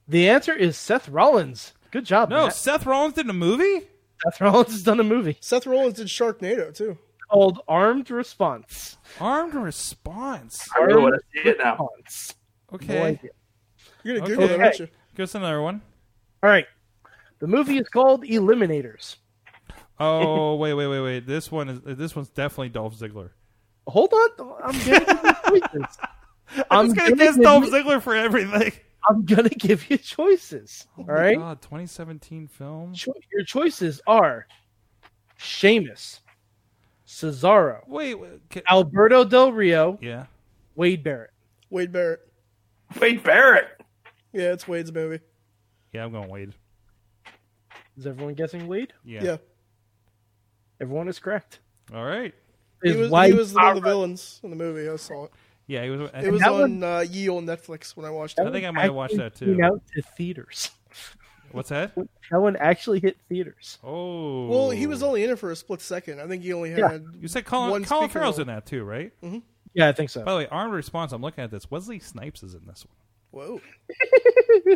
The answer is Seth Rollins. Good job. No, Matt. Seth Rollins did a movie. Seth Rollins has done a movie Seth Rollins did Sharknado too. called Armed Response. Armed response. I really want to see it now. Response. No Okay, idea. You're gonna Google Okay. it, aren't you? give us another one. All right. The movie is called Eliminators. Oh wait, wait, wait, wait. This one is this one's definitely Dolph Ziggler. Hold on. I'm giving you choices. I'm I'm just gonna gonna diss give Dolph you- Ziggler for everything. I'm gonna give you choices. All right. Oh God, 2017 film. Cho- your choices are Sheamus, Cesaro, Wait, wait ca- Alberto Del Rio, yeah. Wade Barrett. Wade Barrett. Wade Barrett. Yeah, it's Wade's movie. Yeah, I'm going Wade. Is everyone guessing Wade? Yeah. Yeah, Everyone is correct. All right. he Is was, he Wade was one of the Barrett- villains in the movie. I saw it. Yeah, he was. I It think, was that on uh, ye old Netflix when I watched I it. think I might have watched that actually too. came out to theaters. What's that? That one actually hit theaters. Oh. Well, he was only in it for a split second. I think he only had. Yeah. You said Colin, one Colin speaker Farrell's role. in that too, right? Yeah, I think so. By the way, armed response. I'm looking at this. Wesley Snipes is in this one. Whoa!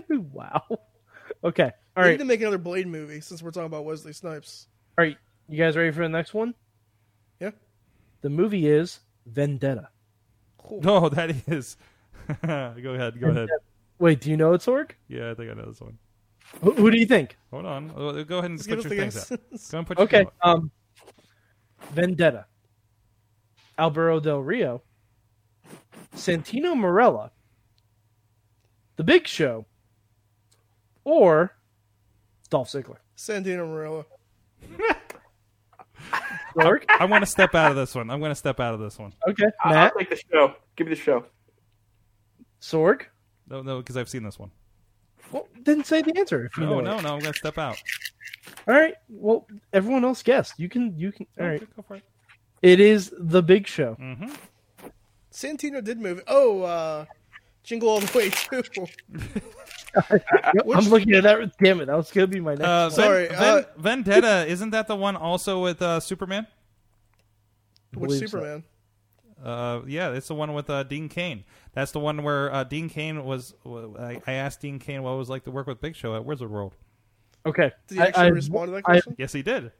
wow. Okay. All We need right. to make another Blade movie since we're talking about Wesley Snipes. All right. You guys ready for the next one? Yeah. The movie is Vendetta. No, that is. go ahead. Go ahead. Wait, do you know it's Sorg? Yeah, I think I know this one. Who, who do you think? Hold on. Oh, Go ahead and give put us your the things guess. out. Go and put your Okay, thing out. um, Vendetta, Alberto Del Rio, Santino Morella, The Big Show, or Dolph Ziggler. Santino Morello. Sorg? I'm going to step out of this one. I'm going to step out of this one. Okay, Uh, I- Matt, I'll take the show. Give me the show. Sorg. No, no, because I've seen this one. Well, then say the answer. If you No, know no, it. no. I'm going to step out. All right. Well, everyone else guessed. You can. You can. All right. Okay, Go for it. It is the Big Show. Mm-hmm. Santino did move. Oh, uh, Jingle All the Way too. I'm looking at that. Damn it! That was gonna be my next. Uh, Sorry, Ven- Ven- uh, Vendetta. Isn't that the one also with uh, Superman? Which believe so. Superman? Uh, yeah, it's the one with uh, Dean Kane. That's the one where uh, Dean Kane was. I, I asked Dean Kane what it was like to work with Big Show at Wizard World. okay. Did he actually respond to that question? Yes, he did.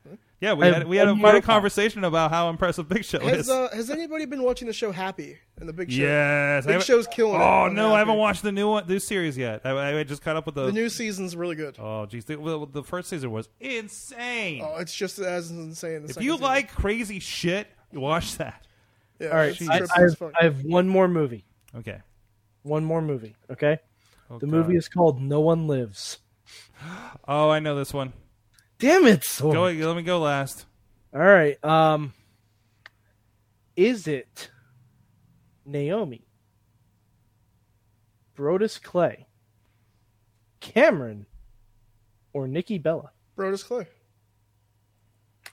Yeah, we I- had we had a, I'm we had a horrified. conversation about how impressive Big Show has is. uh, has anybody been watching the show Happy and the Big Show? yes, I Big haven't- Show's killing it. Oh on no, I haven't Happy. watched the new one, new series yet. I, I just caught up with the. The new season's really good. Oh, oh geez, the, well, the first season was insane. it's just as insane. The if second you season. like crazy shit, watch that. yeah, All right. it's I, trippy I, as have, fuck. I have one more movie. Okay. One more movie. Okay. Oh, The God. movie is called No One Lives. Oh, I know this one. Damn it! Sorg. Go. Let me go last. All right. Um, is it Naomi, Brodus Clay, Cameron, or Nikki Bella? Brodus Clay.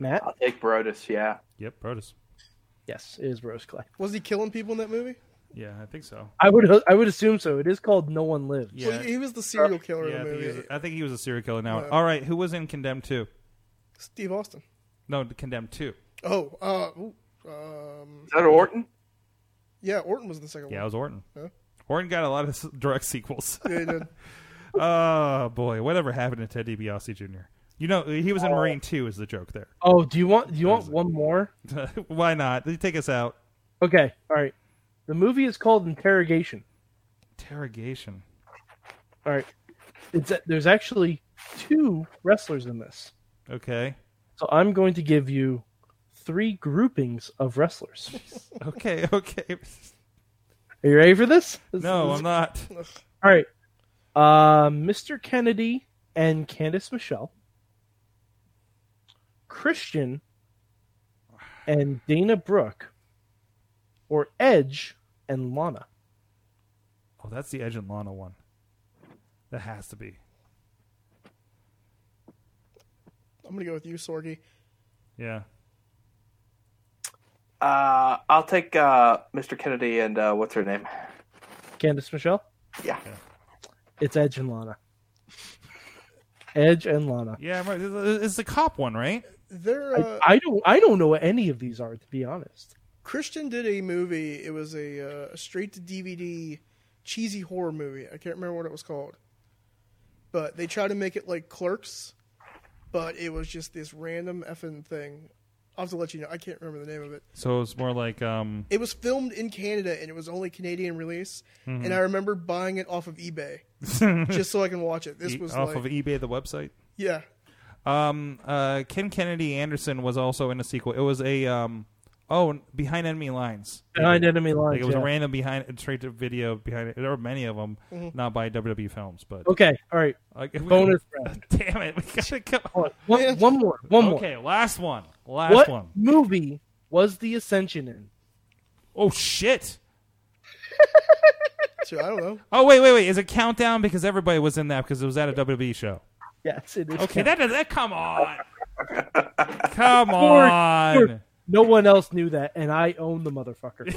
Matt, I'll take Brodus. Yeah. Yep, Brodus. yes, it is Brodus Clay. Was he killing people in that movie? Yeah, I think so. I would I would assume so. It is called No One Lives. Yeah, Well, he was the serial killer yeah. I in the think, he was movie. a, I think he was a serial killer. Now, Yeah. all right. Who was in Condemned Two? Steve Austin. No, Condemned Two. Oh, uh, ooh, um, Is that Orton? yeah, Orton was in the second Yeah, it one. was Orton. Huh? Orton got a lot of s- direct sequels. Yeah, he did. oh boy, whatever happened to Ted DiBiase Jr. You know he Oh. was in Marine Two. Is the joke there? Oh, do you want do you want one more? Why not? They take us out. Okay. All right. The movie is called Interrogation. Interrogation. All right. It's there's actually two wrestlers in this. Okay. So I'm going to give you three groupings of wrestlers. Okay. Okay. Are you ready for this? This- No, this- I'm not. All right. Uh, Mr. Kennedy and Candice Michelle. Christian and Dana Brooke. Or Edge and Lana. Oh, that's the Edge and Lana one. That has to be. I'm gonna go with you, Sorgi. Yeah. Uh, I'll take uh, Mr. Kennedy and uh, what's her name? Candice Michelle? Yeah. It's Edge and Lana. Edge and Lana. Yeah. I'm right. It's it's the cop one, right? There, uh, I, I don't I don't know what any of these are to be honest. Christian did a movie. It was a uh, straight to DVD cheesy horror movie. I can't remember what it was called, but they tried to make it like Clerks, but it was just this random effing thing. I'll have to let you know. I can't remember the name of it. So it's more like um. It was filmed in Canada and it was only Canadian release. Mm-hmm. And I remember buying it off of eBay just so I can watch it. This e- was off like, of eBay, the website. yeah, Um, uh, Ken Kennedy Anderson was also in a sequel. It was a um, oh, n- behind enemy lines. Behind enemy lines. Like it was yeah. a random behind straight to video behind it. There were many of them, not by WWE Films, but Okay, all right. like, we- Mm-hmm. Bonus round. Damn it, we gotta go. Hold on. One, one more. One more. Okay, last one. Last What one. movie was The Ascension in? Oh shit. so I don't know. Oh wait, wait, wait. Is it countdown because everybody was in that because it was at a WWE show? Yes, it is. Okay, that does that. Come on. Come Lord, on. Lord. no one else knew that, and I own the motherfucker.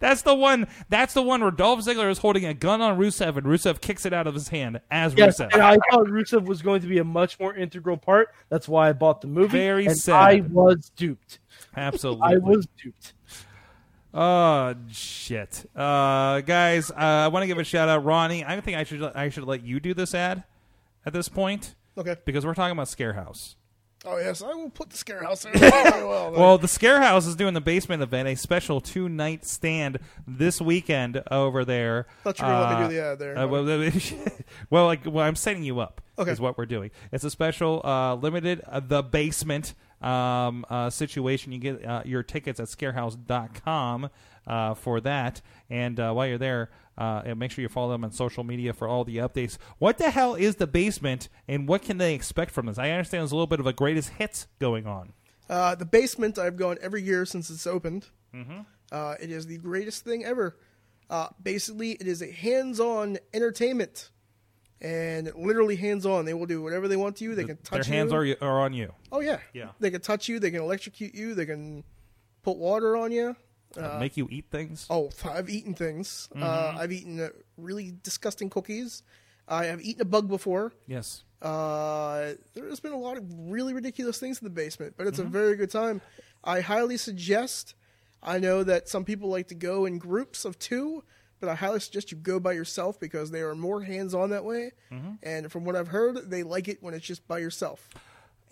That's the one. That's the one where Dolph Ziggler is holding a gun on Rusev, and Rusev kicks it out of his hand as yes, Rusev. and I thought Rusev was going to be a much more integral part. That's why I bought the movie. Very and sad. I was duped. Absolutely. I was duped. Oh shit, uh, guys! Uh, I want to give a shout out, Ronnie. I think I should I should let you do this ad at this point Okay. because we're talking about Scare House. Oh yes, I will put the scare house there very well. then. Well, the Scare House is doing the basement event, a special two night stand this weekend over there. Thought you were gonna let me do the ad there. uh, well, well, like well, I'm setting you up. Okay. is what we're doing. It's a special uh, limited uh, the basement um, uh, situation. You get uh, your tickets at scarehouse.com uh, for that. And uh, while you're there, uh, and make sure you follow them on social media for all the updates. What the hell is the basement, and what can they expect from this? I understand there's a little bit of a greatest hits going on. Uh, the basement I've gone every year since it's opened. Mm-hmm. Uh, it is the greatest thing ever. Uh, basically, it is a hands-on entertainment, and literally hands-on. They will do whatever they want to you. They can Their touch you. hands are are on you. Oh yeah. Yeah. They can touch you. They can electrocute you. They can put water on you. Uh, make you eat things. Uh, Oh, I've eaten things. Mm-hmm. Uh, I've eaten uh, really disgusting cookies. I have eaten a bug before. Yes. Uh, there's been a lot of really ridiculous things in the basement, but it's Mm-hmm. a very good time. I highly suggest. I know that some people like to go in groups of two, but I highly suggest you go by yourself because they are more hands-on that way. Mm-hmm. And from what I've heard, they like it when it's just by yourself.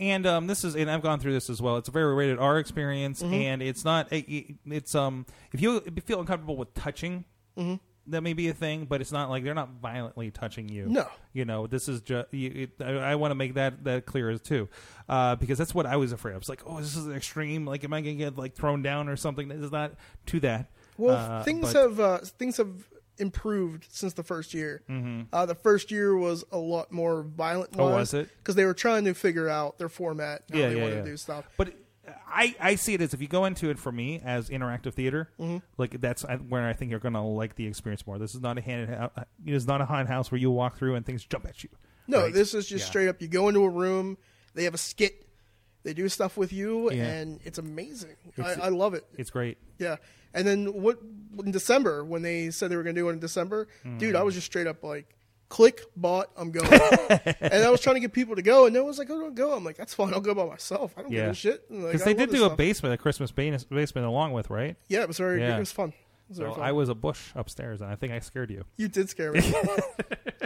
and um, this is and I've gone through this as well. It's a very rated R experience, Mm-hmm. and it's not. It, it- it's um, if you feel uncomfortable with touching, Mm-hmm. that may be a thing, but it's not like they're not violently touching you. No. you know this is just. It, I, I want to make that that clear as too, uh, because that's what I was afraid. of. I was like, oh, this is extreme. Like, am I going to get like thrown down or something? This is not to that. Well, Uh, things but- have uh, things have improved since the first year. Mm-hmm. Uh, the first year was a lot more violent. Oh, was it? Because they were trying to figure out their format. How they wanted to do stuff. But I, I see it as if you go into it for me as interactive theater, Mm-hmm. like that's I- where I think you're going to like the experience more. This is not a hand, uh, it is not a haunted house where you walk through and things jump at you. No, right? this is just straight up. You go into a room, they have a skit, they do stuff with you, Yeah. and it's amazing. I, I love it. It's great. Yeah. And then what in December when they said they were going to do it in December, dude, Mm. I was just straight up like, click, bought, I'm going. and I was trying to get people to go, and no one's like, oh, don't go. I'm like, that's fine, I'll go by myself. I don't give Yeah, a shit. And, like, because I they love did this do a stuff. basement, a Christmas bas- basement along with right. Yeah, it was very, Yeah. it was fun. It was very So fun. I was a bush upstairs, and I think I scared you. you did scare me.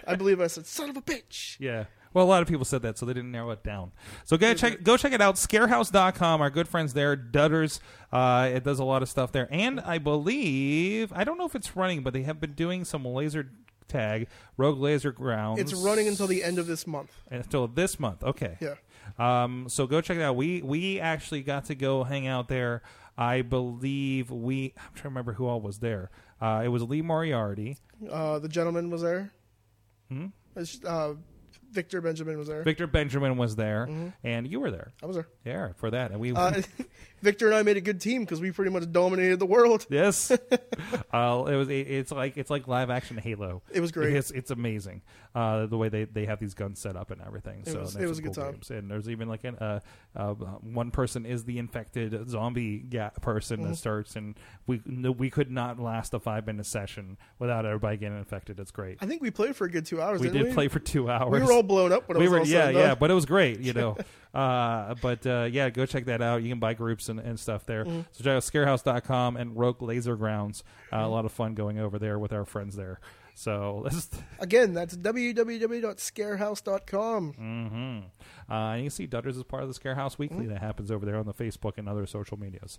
I believe I said, son of a bitch. Yeah. Well, a lot of people said that, so they didn't narrow it down. So Mm-hmm. go check go check it out. Scarehouse.com. Our good friends there, Dutters. Uh, it does a lot of stuff there, and I believe I don't know if it's running, but they have been doing some laser tag, Rogue Laser Grounds. It's running until the end of this month. until this month. Okay. Yeah. Um, so go check it out. We we actually got to go hang out there. I believe we. I'm trying to remember who all was there. Uh, it was Lee Moriarty. Uh, the gentleman was there. Hmm? It's, Uh, Victor Benjamin was there. Victor Benjamin was there, and you were there. Mm-hmm. I was there. Yeah, for that, and we Uh, Victor and I made a good team because we pretty much dominated the world. Yes, uh, it was. It, it's like it's like live action Halo. It was great. It's, it's amazing uh, the way they, they have these guns set up and everything. so was- and there's it some was a good cool time. games. And there's even like an uh, uh, one person is the infected zombie ga- person Mm-hmm. that starts, and we no, we could not last a five minute session without everybody getting infected. It's great. I think we played for a good two hours. We didn't did play for two hours. We were all blown up when it we was were all said yeah and yeah done. but it was great you know uh, but uh, yeah go check that out you can buy groups and, and stuff there Mm-hmm. so check out scarehouse.com and rogue laser grounds uh, a lot of fun going over there with our friends there so let's Again, that's Mm. www.scarehouse.com. uh, you can see Dutters is part of the Scarehouse Mm-hmm. Weekly that happens over there on the Facebook and other social medias.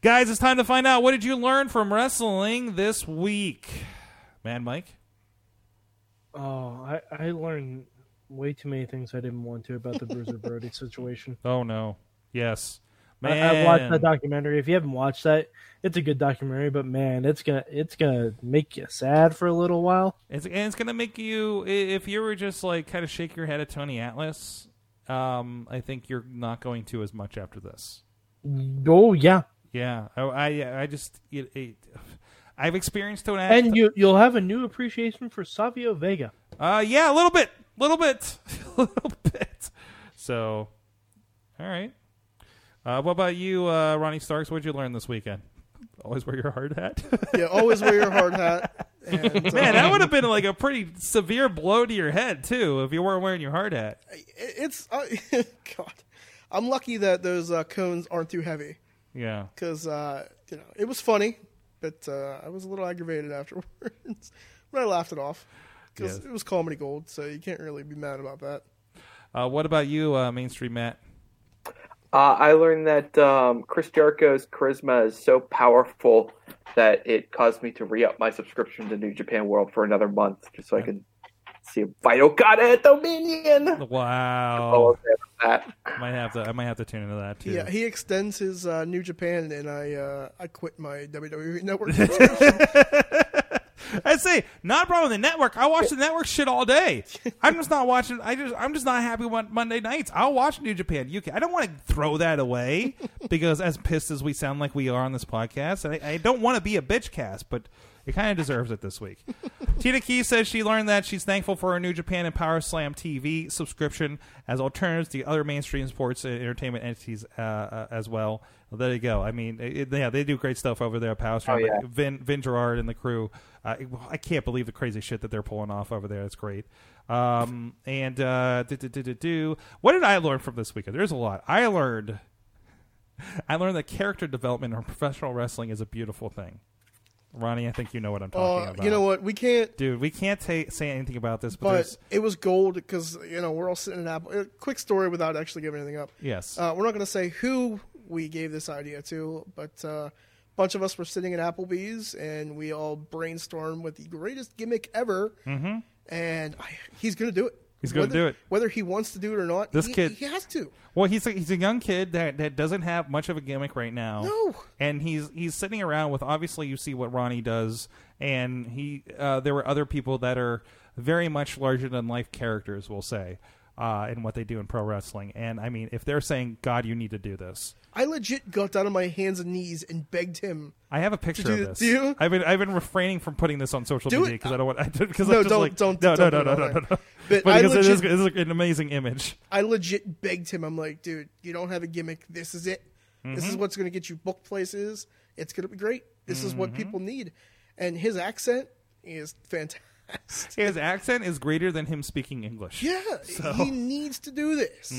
Guys, it's time to find out what did you learn from wrestling this week, man, Mike. Oh, I, I learned way too many things I didn't want to about the Bruiser Brody situation. Oh no, yes, I, man. I watched that documentary. If you haven't watched that, it's a good documentary, but man, it's gonna it's gonna make you sad for a little while. It's, and it's going to make you, i- if you were just like kind of shake your head at Tony Atlas, um, I think you're not going to as much after this. Oh yeah, Yeah, I, I, I just, it, it, I've experienced Tony Atlas. and you you'll have a new appreciation for Savio Vega. uh, yeah, a little bit, little bit, little bit. So, all right. Uh, what about you, uh, Ronnie Starks? What'd you learn this weekend? Always wear your hard hat. Yeah, always wear your hard hat. And, uh, Man, that would have been like a pretty severe blow to your head too if you weren't wearing your hard hat. it- it's uh, God. I'm lucky that those uh, cones aren't too heavy Yeah. because uh, you know it was funny, but uh, I was a little aggravated afterwards. but I laughed it off because Yes. it was comedy gold, so you can't really be mad about that. Uh, what about you, uh, Mainstream Matt? Uh, I learned that um, Chris Jericho's charisma is so powerful that it caused me to re up my subscription to New Japan World for another month just so I can see Fight Okada at Dominion. Wow. Oh. That. Might have to. I might have to tune into that too. Yeah, he extends his uh, New Japan, and I uh, I quit my WWE network. subscription. I say not a problem with the network. I watch the network shit all day. I'm just not watching. I just I'm just not happy with Monday nights. I'll watch New Japan UK. I don't want to throw that away because as pissed as we sound like we are on this podcast, I, I don't want to be a bitch cast, but it kind of deserves it this week. Tina Key says she learned that she's thankful for her New Japan and Power Slam TV subscription as alternatives to other mainstream sports and entertainment entities uh, uh, as well. Well, there you go. I mean, it, yeah, they do great stuff over there at Power Slam. Oh, yeah. Like Vin, Vin Gerard and the crew. Uh, I can't believe the crazy shit that they're pulling off over there. It's great. Um, and uh, do, do, do, do, do. what did I learn from this weekend? There's a lot. I learned. I learned that character development in professional wrestling is a beautiful thing. Ronnie, I think you know what I'm talking Uh, about. you know what? We can't. dude, we can't ta say anything about this, but, But there's, it was gold because you know we're all sitting in Apple. uh, Quick story without actually giving anything up. yes, Uh, we're not going to say who we gave this idea to, but uh, a bunch of us were sitting at Applebee's and we all brainstormed with the greatest gimmick ever. Mm-hmm. And I, he's going to do it. He's gonna Whether- do it. whether he wants to do it or not. This he, kid- he has to. Well, he's a, he's a young kid that, that doesn't have much of a gimmick right now. No. and he's he's sitting around with obviously you see what Ronnie does, and he uh, there were other people that are very much larger than life characters, we'll say, uh, in what they do in pro wrestling. And I mean, if they're saying, "God, you need to do this," I legit got down on my hands and knees and begged him. I have a picture you- of this. do you? I've been I've been refraining from putting this on social Do media it. because I don't want I because No, I'm just don't- like, don't- no don't no put no it no on no there. no. But I because it, is, legit- it is an amazing image. I legit begged him. I'm like, dude, you don't have a gimmick. This is it. This Mm-hmm. is what's going to get you book places. It's going to be great. This is Mm-hmm. what people need. And his accent is fantastic. His accent is greater than him speaking English. Yeah, So- Mm-hmm. he needs to do this.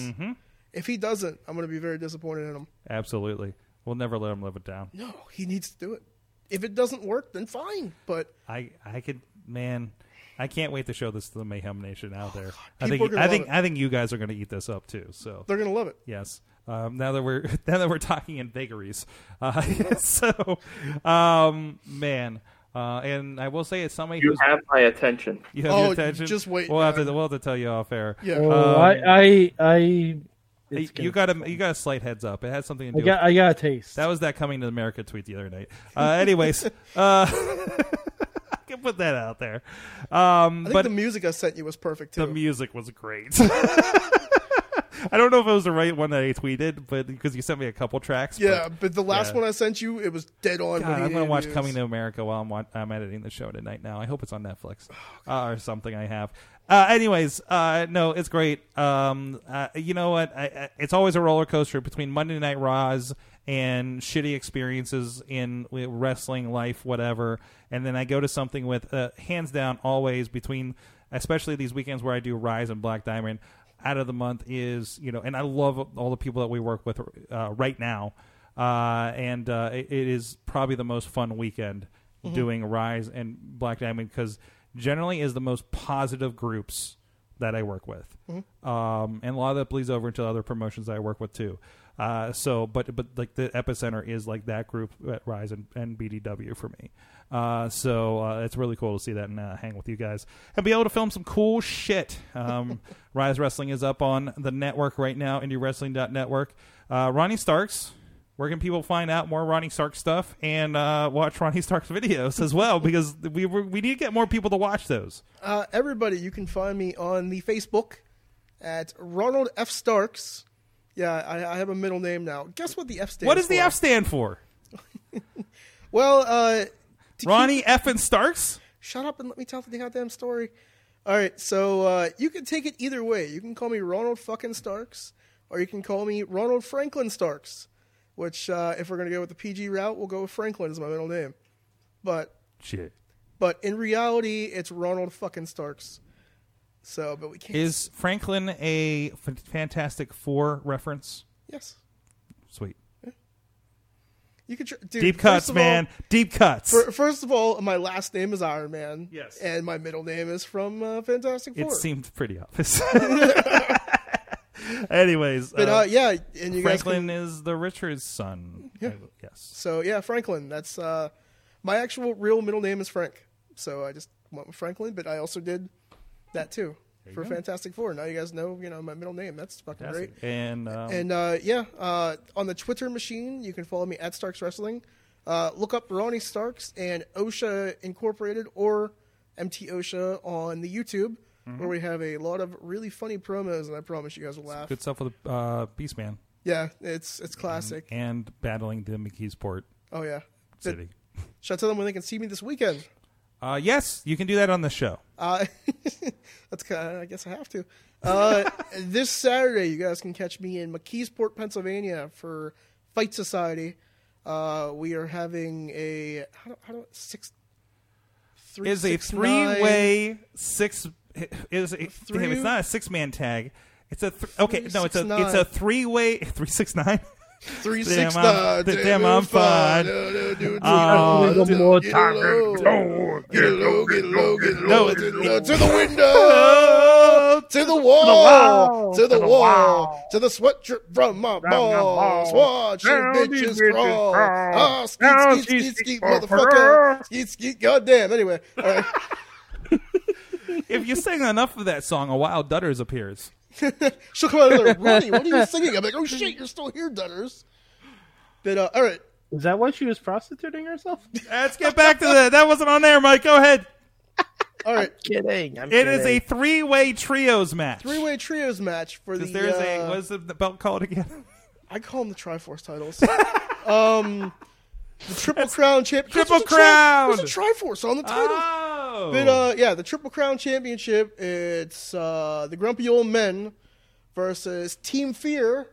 If he doesn't, I'm going to be very disappointed in him. Absolutely. We'll never let him live it down. No, he needs to do it. If it doesn't work, then fine. But I I could man, I can't wait to show this to the Mayhem Nation out there. I Oh, People are think gonna I love think it. I think you guys are going to eat this up too. So they're going to love it. yes. Um, now that we're now that we're talking in vagaries, uh, so um, man, uh, and I will say it's somebody You who's have my attention. you have Oh, your attention. just wait, We'll have to man. we'll have to tell you off air. Yeah. Oh, I, I, I, it's Um, you gonna- got a you got a slight heads up. It had something to do. I with got, I got a taste. That was that coming to America tweet the other night. Uh, anyways, uh, I can put that out there. Um, I think but the music I sent you was perfect too. the music was great. I don't know if it was the right one that I tweeted, but because you sent me a couple tracks. yeah, but but the last yeah. one I sent you, it was dead on. God, when he I'm gonna watch interviews. Coming to America while I'm wa- I'm editing the show tonight. Now I hope it's on Netflix uh, or something. I have. Uh, anyways, uh, no, it's great. Um, uh, you know what? I, I, it's always a roller coaster between Monday Night Raws and shitty experiences in wrestling life, whatever. And then I go to something with uh, hands down always between, especially these weekends where I do Rise and Black Diamond. Out of the month is you know, and I love all the people that we work with uh, right now uh, and uh, it, it is probably the most fun weekend doing Rise and Black Diamond because generally is the most positive groups that I work with, um, and a lot of that bleeds over into other promotions that I work with too. Uh, so, but but like the epicenter is like that group at Rise and, and BDW for me. Uh, so uh, it's really cool to see that and uh, hang with you guys and be able to film some cool shit. Um, Rise Wrestling is up on the network right now, indiewrestling.network. Uh, Ronnie Starks, where can people find out more Ronnie Stark stuff and uh, watch Ronnie Stark's videos as well? Because we we need to get more people to watch those. Uh, everybody, you can find me on the Facebook at Ronald F. Starks. Yeah, I, I have a middle name now. Guess what the F stands What does the for? F stand for? Well, uh, Ronnie F and Starks. shut up and let me tell the goddamn story. All right, so uh, you can take it either way. You can call me Ronald fucking Starks, or you can call me Ronald Franklin Starks. Which, uh, if we're gonna go with the PG route, we'll go with Franklin as my middle name. But Shit. but in reality, it's Ronald fucking Starks. So, but we can't. Is Franklin a f- Fantastic Four reference? yes, Sweet. you could. Tr- dude, Deep first cuts, of man. Deep cuts. All, fir- first of all, my last name is Iron Man. Yes. and my middle name is from uh, Fantastic Four. it seemed pretty obvious. Anyways, But uh, uh, yeah, and you guys Franklin can, is the Richards' son. Yeah. Yes. so yeah, Franklin. That's uh, my actual real middle name is Frank. So I just went with Franklin, but I also did that too for Fantastic Four. Now you guys know, you know, my middle name. That's fucking great. And um, And uh, yeah, uh, on the Twitter machine, you can follow me at Starks Wrestling. Uh, look up Ronnie Starks and OSHA Incorporated or MT OSHA on the YouTube, Mm-hmm. where we have a lot of really funny promos, and I promise you guys will laugh. good stuff with uh, Beast Man Yeah, it's it's classic. and battling the McKeesport Oh yeah. Did- City. should I tell them when they can see me this weekend? Uh, yes, you can do that on the show. Uh, that's kind of, I guess I have to. Uh, this Saturday, you guys can catch me in McKeesport, Pennsylvania for Fight Society. Uh, we are having a how do, how do six three is a six, three way six. Is a, Three- damn, it's not a six man tag. It's a th- okay. no, it's a six, it's a three way three six nine. nine, three Damn, six I'm- nine, th- damn, I'm fine. No, no, dude, Uh, One more time. Get low, get low, get low, No, get it's- Oh, low. to the window, to the wall, to the wall, to the sweat drip from my balls. Watch your bitches crawl. Ah, skeet, skeet, skeet, skeet, motherfucker. Skeet, skeet, goddamn. Anyway, all right. if you sing enough of that song, a wild Dutters appears. she'll come out of there. Ronnie, what are you singing? I'm like, oh shit, you're still here, Dutters. But uh, all right, Is that why she was prostituting herself? Let's get back to that. That wasn't on there, Mike. Go ahead. all right. kidding. I'm It is a three way trios match. Three way trios match for the. Because there's a uh, what is the belt called again? I call them the Triforce titles. um, the Triple Crown champ. Triple There's a tri- Crown! There's a Triforce on the title. Oh, But uh, yeah, the Triple Crown Championship. It's uh, the Grumpy Old Men versus Team Fear,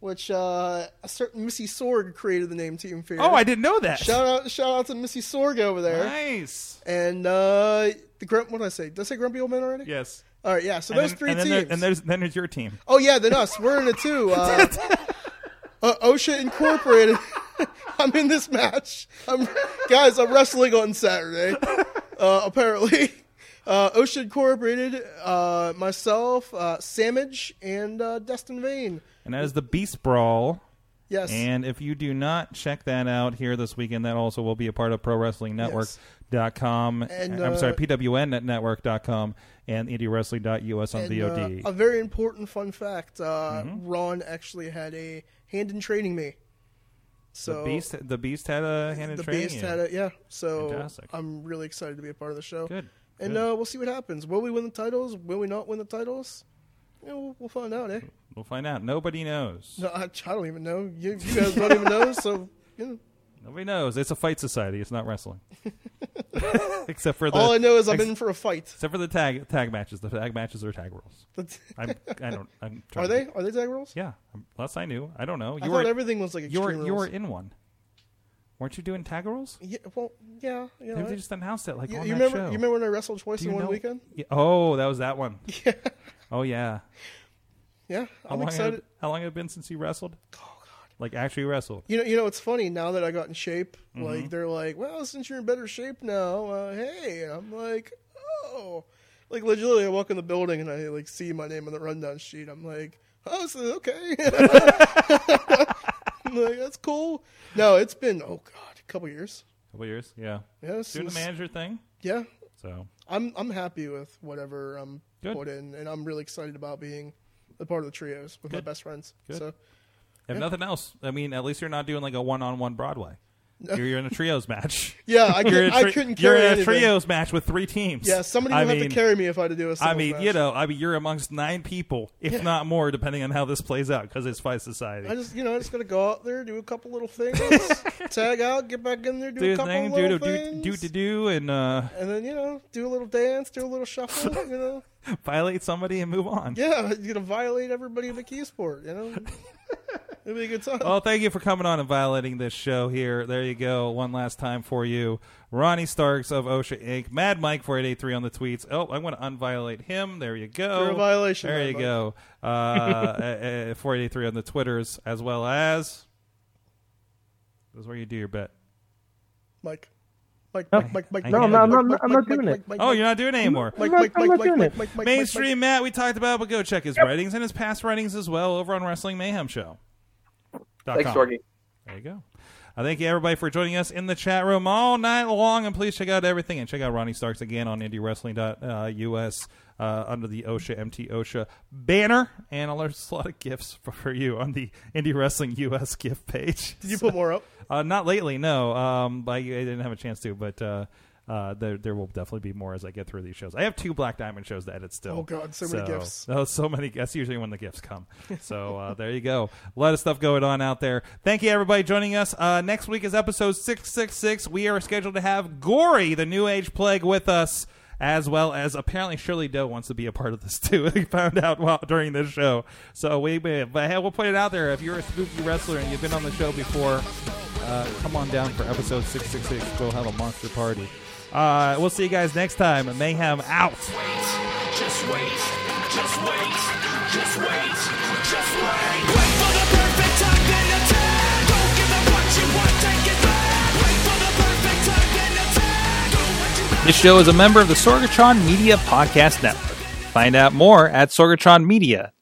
which uh, a certain Missy Sorg created the name Team Fear. oh, I didn't know that. Shout out! Shout out to Missy Sorg over there. Nice. And uh, the Grump. What did I say? Did I say Grumpy Old Men already? Yes. All right. Yeah. So And those then- three and then teams. there- and there's then there's your team. Oh yeah, then us. We're in it too. Uh, uh, OSHA Incorporated. I'm in this match. I'm, guys, I'm wrestling on Saturday. Uh, apparently, uh, OSHA Incorporated, uh, myself, uh, Samage, and uh, Destin Vane. And that is the Beast Brawl. Yes. And if you do not check that out here this weekend, that also will be a part of Pro Wrestling Network.com. And, I'm uh, sorry, PWNNetwork.com and IndieWrestling.us on And, VOD. uh, a very important fun fact: uh, Mm-hmm. Ron actually had a hand in training me. So the Beast, the Beast had a hand in the training. Beast you. had it, yeah. So Fantastic. I'm really excited to be a part of the show. Good, And good. Uh, we'll see what happens. Will we win the titles? Will we not win the titles? Yeah, we'll, we'll find out, eh? We'll find out. Nobody knows. No, I, I don't even know. You, you guys don't even know, so you know. Nobody knows. It's a fight society. It's not wrestling. except for the all I know is I'm ex- in for a fight. except for the tag tag matches. The tag matches are tag rules. I'm, I don't. I'm trying Are to- they? Are they tag rules? Yeah. um, Last I knew. I don't know. You I were thought everything was like you extreme were you were rules. in one. Weren't you doing tag rules? Yeah, well, yeah, you know. Maybe I- they just announced it like you, on you that remember? show. You remember when I wrestled twice Do in you one know- weekend? Yeah. Oh, that was that one. Yeah. Oh yeah. Yeah, How I'm long excited. Had, how long had it been since you wrestled? Oh god. Like actually wrestled. You know, you know, it's funny now that I got in shape. Mm-hmm. Like they're like, well, since you're in better shape now, uh, hey, and I'm like, oh, like literally, I walk in the building and I like see my name on the rundown sheet. I'm like, oh, so, okay, I'm like that's cool. No, it's been oh god, a couple years. couple years. Yeah. Yeah, Doing the since, manager thing. yeah, So I'm I'm happy with whatever I'm Good. put in, and I'm really excited about being a part of the trios with my Good. best friends. Good. So If nothing else, I mean, at least you're not doing like a one-on-one Broadway. You're, you're in a trios match. yeah, I, You're could, in a I tri- couldn't You're carry in a anything. trios match with three teams. Yeah, somebody I would have mean- to carry me if I had to do a I singles mean, match. you know, I mean, you're amongst nine people, if not more, depending on how this plays out, because it's Fight Society. I just, you know, I just gotta go out there, do a couple little things, tag out, get back in there, do, do a the couple thing, do little do do things, do do do, and uh, and then you know, do a little dance, do a little shuffle, you know. violate somebody and move on. Yeah, you're gonna violate everybody in the key sport, you know. It'll be a good time. Well, thank you for coming on and violating this show here. There you go. One last time for you. Ronnie Starks of OSHA Inc. Mad Mike 4883 on the tweets. Oh, I'm going to unviolate him. There you go. You're a violation, There Mad you Mike. go. Uh, uh, uh, 4883 on the Twitters, as well as. This is where you do your bet. Mike, Mike, No. Mike, Mike, Mike, I Mike, get it. Mike, I'm not- Mike, I'm not Mike, doing Mike, it. Mike, Oh, Mike, you're not doing it anymore. Mike, I'm not- Mike, I'm Mike, not Mike, doing Mike, it. Mike, Mike, Mainstream Mike, Matt, we talked about, but go check his writings and his past writings as well over on Wrestling Mayhem Show. Thanks, Sorgi. There you go. I thank you everybody for joining us in the chat room all night long, and please check out everything and check out Ronnie Starks again on IndieWrestling.us uh, under the OSHA MT OSHA banner, and there's a lot of gifts for- for you on the Indie Wrestling US gift page. Did you put more up? Uh, not lately, no. Um, I, I didn't have a chance to, but uh, uh, there there will definitely be more as I get through these shows. I have two Black Diamond shows to edit still. Oh, God, so many gifts. Oh, so many. That's usually when the gifts come. So uh, there you go. A lot of stuff going on out there. Thank you everybody joining us. Uh, next week is episode six six six. We are scheduled to have Gory, the New Age Plague, with us. As well as apparently Shirley Doe wants to be a part of this too. We found out while, during this show, so we but hey, we'll put it out there. If you're a spooky wrestler and you've been on the show before, uh, come on down for episode 666. We'll have a monster party. Uh, we'll see you guys next time. Mayhem out. Just wait, just wait, just wait, just wait. Wait for the perfect time, then attack. Don't give up what you want, take it back. Wait for the perfect time, then attack. Don't let you This show is a member of the Sorgatron Media Podcast Network. Find out more at sorgatronmedia.com.